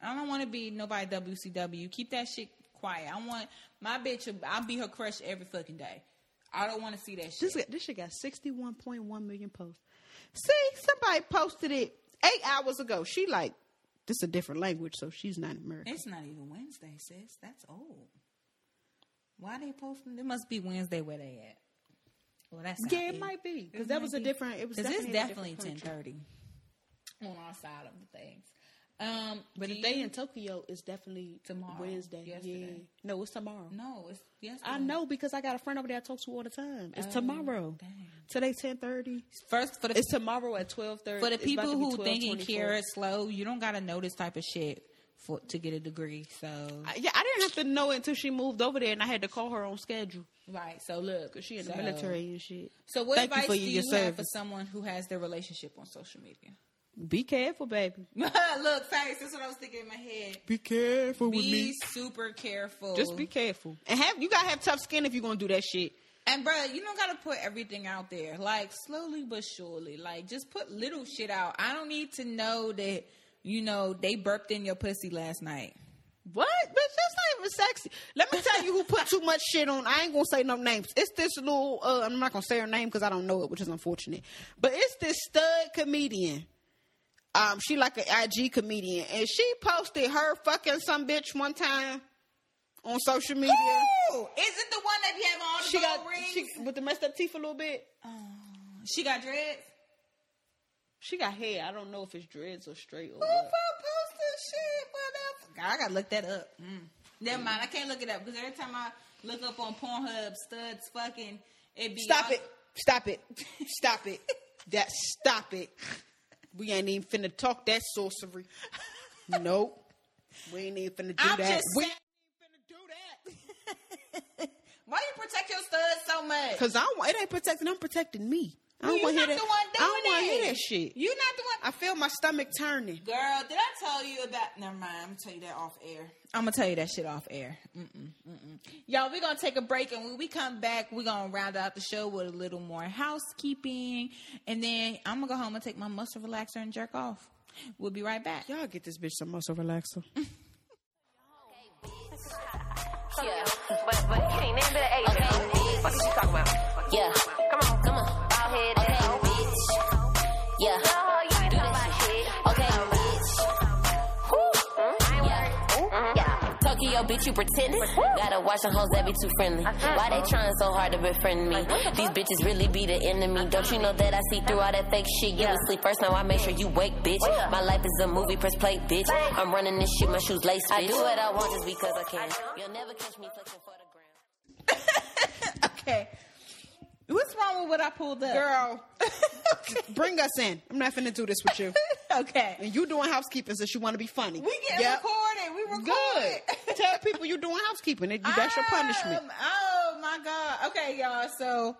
S1: I don't want to be nobody WCW. Keep that shit quiet. I want my bitch. I'll be her crush every fucking day. I don't want to see that shit.
S2: This this shit got sixty one point one million posts. See, somebody posted it eight hours ago. She like this is a different language, so she's not American.
S1: It's not even Wednesday, sis. That's old. Why they posting? It must be Wednesday where they at. Well, that's
S2: Yeah, it might be because that was a different. It was
S1: because it's
S2: definitely,
S1: definitely ten
S2: ten.
S1: thirty on our side of the things. Um,
S2: But
S1: do
S2: the day
S1: you-
S2: in Tokyo is definitely
S1: Tomorrow.
S2: Wednesday. Yeah,
S1: Yesterday.
S2: no, it's tomorrow.
S1: no, it's yes.
S2: I know because I got a friend over there I talk to all the time. It's tomorrow.
S1: dang.
S2: Today ten thirty.
S1: First for the
S2: It's tomorrow at twelve thirty.
S1: for the people who thinking Kiara is slow, you don't gotta know this type of shit for to get a degree. So
S2: yeah, I didn't have to know it until she moved over there, and I had to call her on schedule
S1: right, so look,
S2: because she in the
S1: so-
S2: military and shit.
S1: So what
S2: Thank you
S1: advice
S2: for
S1: do you
S2: your
S1: have for
S2: service.
S1: someone who has their relationship on social media?
S2: Be careful, baby.
S1: look, thanks. That's what I was thinking in my head.
S2: Be careful
S1: Be super careful.
S2: Just be careful, and have you gotta have tough skin if you're gonna do that shit.
S1: And bro, you don't gotta put everything out there. Like slowly but surely. Like just put little shit out. I don't need to know that you know they burped in your pussy last night.
S2: What? But that's even sexy. Let me tell you who put too much shit on. I ain't gonna say no names. It's this little. Uh, I'm not gonna say her name because I don't know it, which is unfortunate. But it's this stud comedian. Um, she like an IG comedian, and she posted her fucking some bitch one time on social media.
S1: Ooh, is it the one that you have all the
S2: She got
S1: gold rings?
S2: she with the messed up teeth a little bit.
S1: She got dreads.
S2: She got hair. I don't know if it's dreads or straight or
S1: Who
S2: what.
S1: posted shit? Motherfucker. God, I gotta look that up. Mm. Never mind, I can't look it up because every time I look up on Pornhub, studs fucking, it be
S2: Stop
S1: all-
S2: it. Stop it. Stop it. That stop it. We ain't even finna talk that sorcery. Nope. We ain't even finna do
S1: I'm
S2: that.
S1: just
S2: We-
S1: saying, you finna do that. Why you protect your studs so much?
S2: Cause I don't want it ain't protecting, I'm protecting me. I don't
S1: you
S2: wanna
S1: not
S2: hear
S1: the
S2: that.
S1: one doing
S2: I don't wanna
S1: it.
S2: hear that shit.
S1: You not the one.
S2: I feel my stomach turning.
S1: Girl, did I tell you about? Never mind. I'm gonna tell you that off air. I'm gonna tell you that shit off air. Mm-mm, mm-mm. Y'all, we're gonna take a break, and when we come back, we're gonna round out the show with a little more housekeeping, and then I'm gonna go home and take my muscle relaxer and jerk off. We'll be right back.
S2: Y'all get this bitch some muscle relaxer.
S3: Yeah.
S5: But but it ain't nothing but an agent.
S3: Okay.
S5: What is she talking about?
S3: Yeah.
S5: Come on,
S3: Come on.
S5: bald head
S3: Okay,
S5: ass. hoe.
S3: bitch. Yeah.
S5: No, you ain't
S3: Do
S5: talking about
S3: that
S5: shit.
S3: shit. Okay, bitch.
S5: I ain't
S3: Mm-hmm. Yeah.
S5: worried. Yeah.
S3: Tokyo bitch, you pretending? Gotta watch them hoes that be too friendly. Why they trying so hard to befriend me? These bitches really be the enemy. Don't you know that I see through all that fake shit? You to sleep first, now I make sure you wake, bitch. My life is a movie, press play, bitch. I'm running this shit, my shoes lace, bitch. I do what I want just because I can. You'll never catch me flexing for the ground.
S1: Okay. What's wrong with what I pulled up,
S2: Girl, bring us in. I'm not finna do this with you.
S1: okay.
S2: And you doing housekeeping since you wanna be funny.
S1: We get
S2: Yep.
S1: recorded. We recorded.
S2: Good. Tell people you're doing housekeeping. That- That's your punishment.
S1: Um, oh my god. Okay, y'all. So,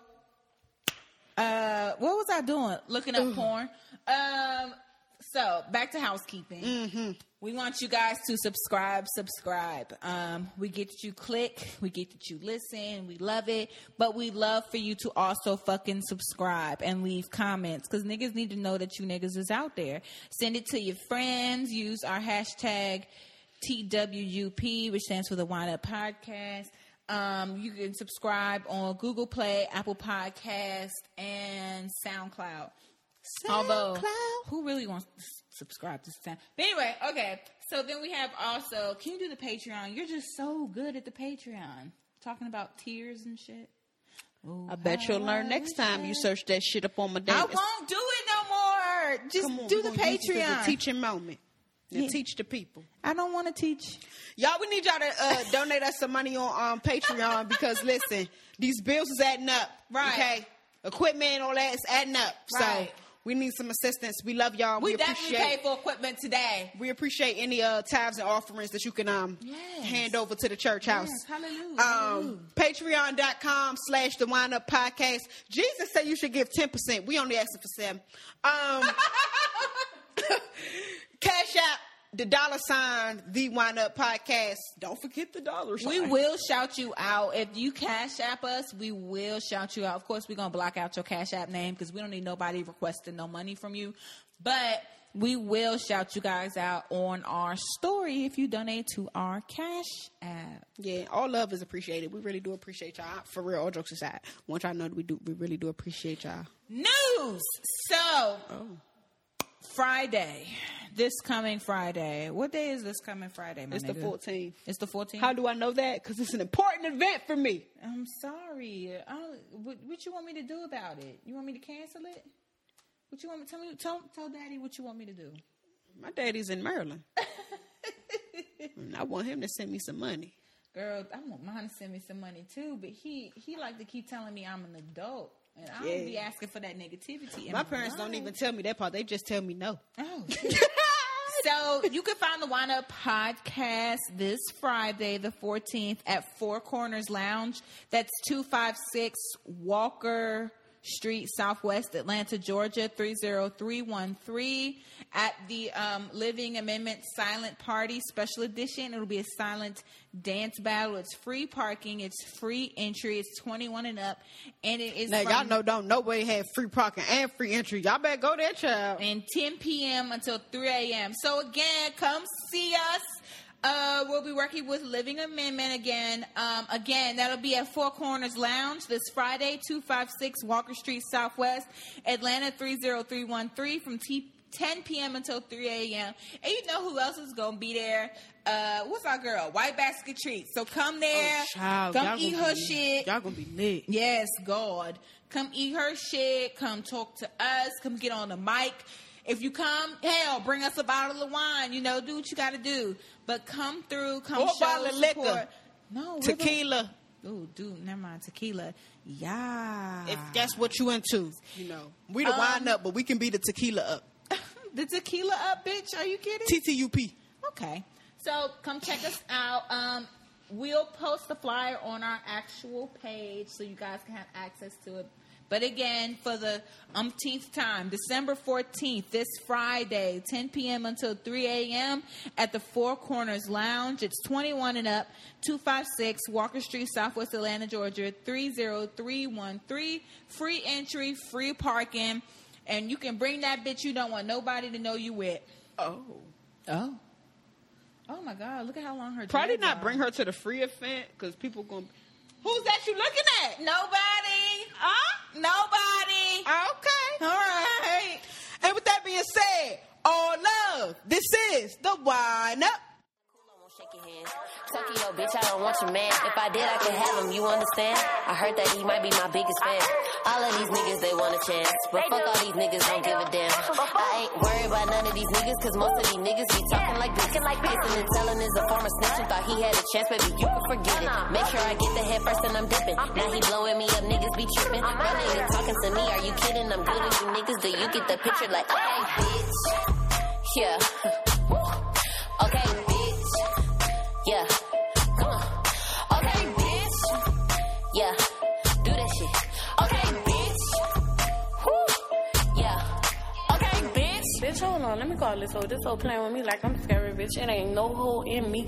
S1: uh, what was I doing? Looking up porn. Um, so back to housekeeping.
S2: Mm.
S1: We want you guys to subscribe, subscribe. Um, we get that you click, we get that you listen, we love it, but we love for you to also fucking subscribe and leave comments because niggas need to know that you niggas is out there. Send it to your friends, use our hashtag TWUP, which stands for the Wind Up Podcast. Um, you can subscribe on Google Play, Apple Podcast, and SoundCloud. Although, who really wants to s- subscribe to Sound? But anyway, okay. So then we have also. Can you do the Patreon? You're just so good at the Patreon. Talking about tears and shit. Oh,
S2: I bet you'll learn next time you search that shit up on my damn.
S1: I won't do it no more. Just
S2: Come on,
S1: do
S2: we
S1: the
S2: gonna use this as
S1: Patreon.
S2: A teaching moment. And
S1: Yeah.
S2: Teach the people.
S1: I don't want to teach.
S2: Y'all, we need y'all to uh, donate us some money on um, Patreon because listen, these bills is adding up.
S1: Right.
S2: Okay. Equipment and all that is adding up. So
S1: Right.
S2: we need some assistance. We love y'all.
S1: We,
S2: We,
S1: definitely
S2: appreciate
S1: paid for equipment today.
S2: we appreciate any uh, tithes and offerings that you can um
S1: Yes.
S2: hand over to the church house.
S1: Yes, hallelujah,
S2: Um, Patreon.com slash the wind up podcast. Jesus said you should give 10%. We only asking for seven. Um, Cash App, the dollar sign, the wind up podcast. Don't forget the dollar sign.
S1: We will shout you out. If you cash app us, we will shout you out. Of course, we're going to block out your cash app name because we don't need nobody requesting no money from you. But we will shout you guys out on our story if you donate to our cash app.
S2: Yeah, all love is appreciated. We really do appreciate y'all. For real, all jokes aside. Want y'all to know that we do we really do appreciate y'all.
S1: News! So,
S2: Oh.
S1: Friday, this coming Friday. What day is this coming Friday, my
S2: It's the
S1: nigga?
S2: 14th.
S1: It's the 14th?
S2: How do I know that? Because it's an important event for me.
S1: I'm sorry. I don't, what, what you want me to do about it? You want me to cancel it? What you want me tell me? Tell tell Daddy what you want me to do.
S2: My daddy's in Maryland. and I want him to send me some money.
S1: Girl, I want mine to send me some money too, but he he like to keep telling me I'm an adult, and I don't be
S2: Yeah.
S1: asking for that negativity. in
S2: My parents don't
S1: life.
S2: even tell me that part. They just tell me no.
S1: Oh. shit. so you can find the Wind Up podcast this Friday, the 14th, at Four Corners Lounge. That's 256 Walker Street, Southwest Atlanta, Georgia, 30313, at the um, Living Amendment Silent Party Special Edition. It'll be a silent dance battle. It's free parking, it's free entry, it's 21 and up, and it is.
S2: Now y'all
S1: from-
S2: know don't nobody had free parking and free entry. Y'all better go there, child.
S1: and 10 p.m. until 3 a.m. So again, come see us. Uh, uh, we'll be working with Living Amendment again. Um, again, that'll be at Four Corners Lounge this Friday, 256 Walker Street Southwest, Atlanta 30313 from T- 10 p.m. until 3 a.m. And you know who else is going to be there? Uh, what's our girl? White Basket Treats. So come there.
S2: Oh, Child, y'all
S1: come eat
S2: gonna
S1: her
S2: be-
S1: shit.
S2: Y'all gonna be lit.
S1: Yes, God. Come eat her shit. Come talk to us. Come get on the mic. If you come, hell, bring us a bottle of wine. You know, do what you got to do. But come through. Come
S2: Or a
S1: show
S2: bottle of liquor.
S1: support. No we're
S2: Tequila,
S1: gonna- Ooh, dude, never mind. Tequila. Yeah.
S2: if that's what you into, you know. We the
S1: Ah. Um,
S2: wine up, but we can be the tequila up.
S1: the tequila up, bitch. Are you kidding?
S2: TTUP.
S1: Okay. So come check us out. Um, we'll post the flyer on our actual page so you guys can have access to it. But again, for the umpteenth time, December 14th, this Friday, 10 p.m. until 3 a.m. at the Four Corners Lounge. It's 21 and up, 256 Walker Street, Southwest Atlanta, Georgia, 30313. Free entry, free parking. And you can bring that bitch you don't want nobody to know you with.
S2: Oh.
S1: Oh. Oh my God! Look at how long her.
S2: Probably
S1: dreads
S2: not
S1: are.
S2: bring her to the free event because people gonna.
S1: Who's that you looking at? Nobody. Huh? Nobody.
S2: Okay.
S1: All right.
S2: And with that being said, all love. This is the wine up.
S5: Shake your hands. Tokyo, bitch, I don't want your man. If I did, I could have him, you understand? I heard that he might be my biggest fan. All of these niggas, they want a chance. But fuck all these niggas, don't give a damn. I ain't worried about none of these niggas, cause most of these niggas be talking like bitches. Kissing and telling is a former snitch and thought he had a chance, baby, you can forget it. Make sure I get the head first and I'm dipping. Now he blowing me up, niggas be tripping. My nigga talking to me, are you kidding? I'm good with you niggas, do you get the picture? Like, okay, bitch. Yeah. Okay, bitch. Yeah. Come on. Okay, bitch. Yeah. Do that shit. Okay, bitch. Woo. Yeah. Okay, bitch.
S3: Bitch, hold on. Let me call this hoe. This hoe playing with me like I'm scared, bitch. It ain't no hoe in me.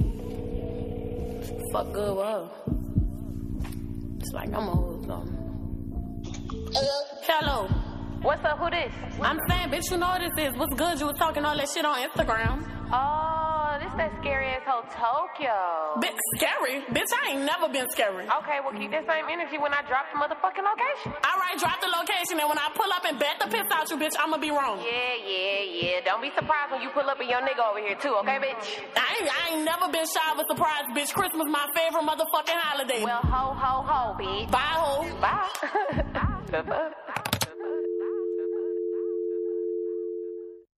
S3: Fuck good with her. It's like I'm a hoe or something. Hello.
S5: What's up? Who this?
S3: I'm saying, bitch, you know what this is. What's good? You was talking all that shit on Instagram.
S5: Oh, this that scary asshole Tokyo.
S3: Bitch, scary. Bitch, I ain't never been scary.
S5: Okay, well keep that same energy when I drop the motherfucking location.
S3: All right, drop the location, and when I pull up and bet the piss out you, bitch, I'ma be wrong.
S5: Yeah, yeah, yeah. Don't be surprised when you pull up and your nigga over here too, okay, bitch?
S3: I ain't, I ain't never been shy of a surprise, bitch. Christmas my favorite motherfucking holiday.
S5: Well, ho, ho, ho, bitch.
S3: Bye, hoe.
S5: Bye. Bye.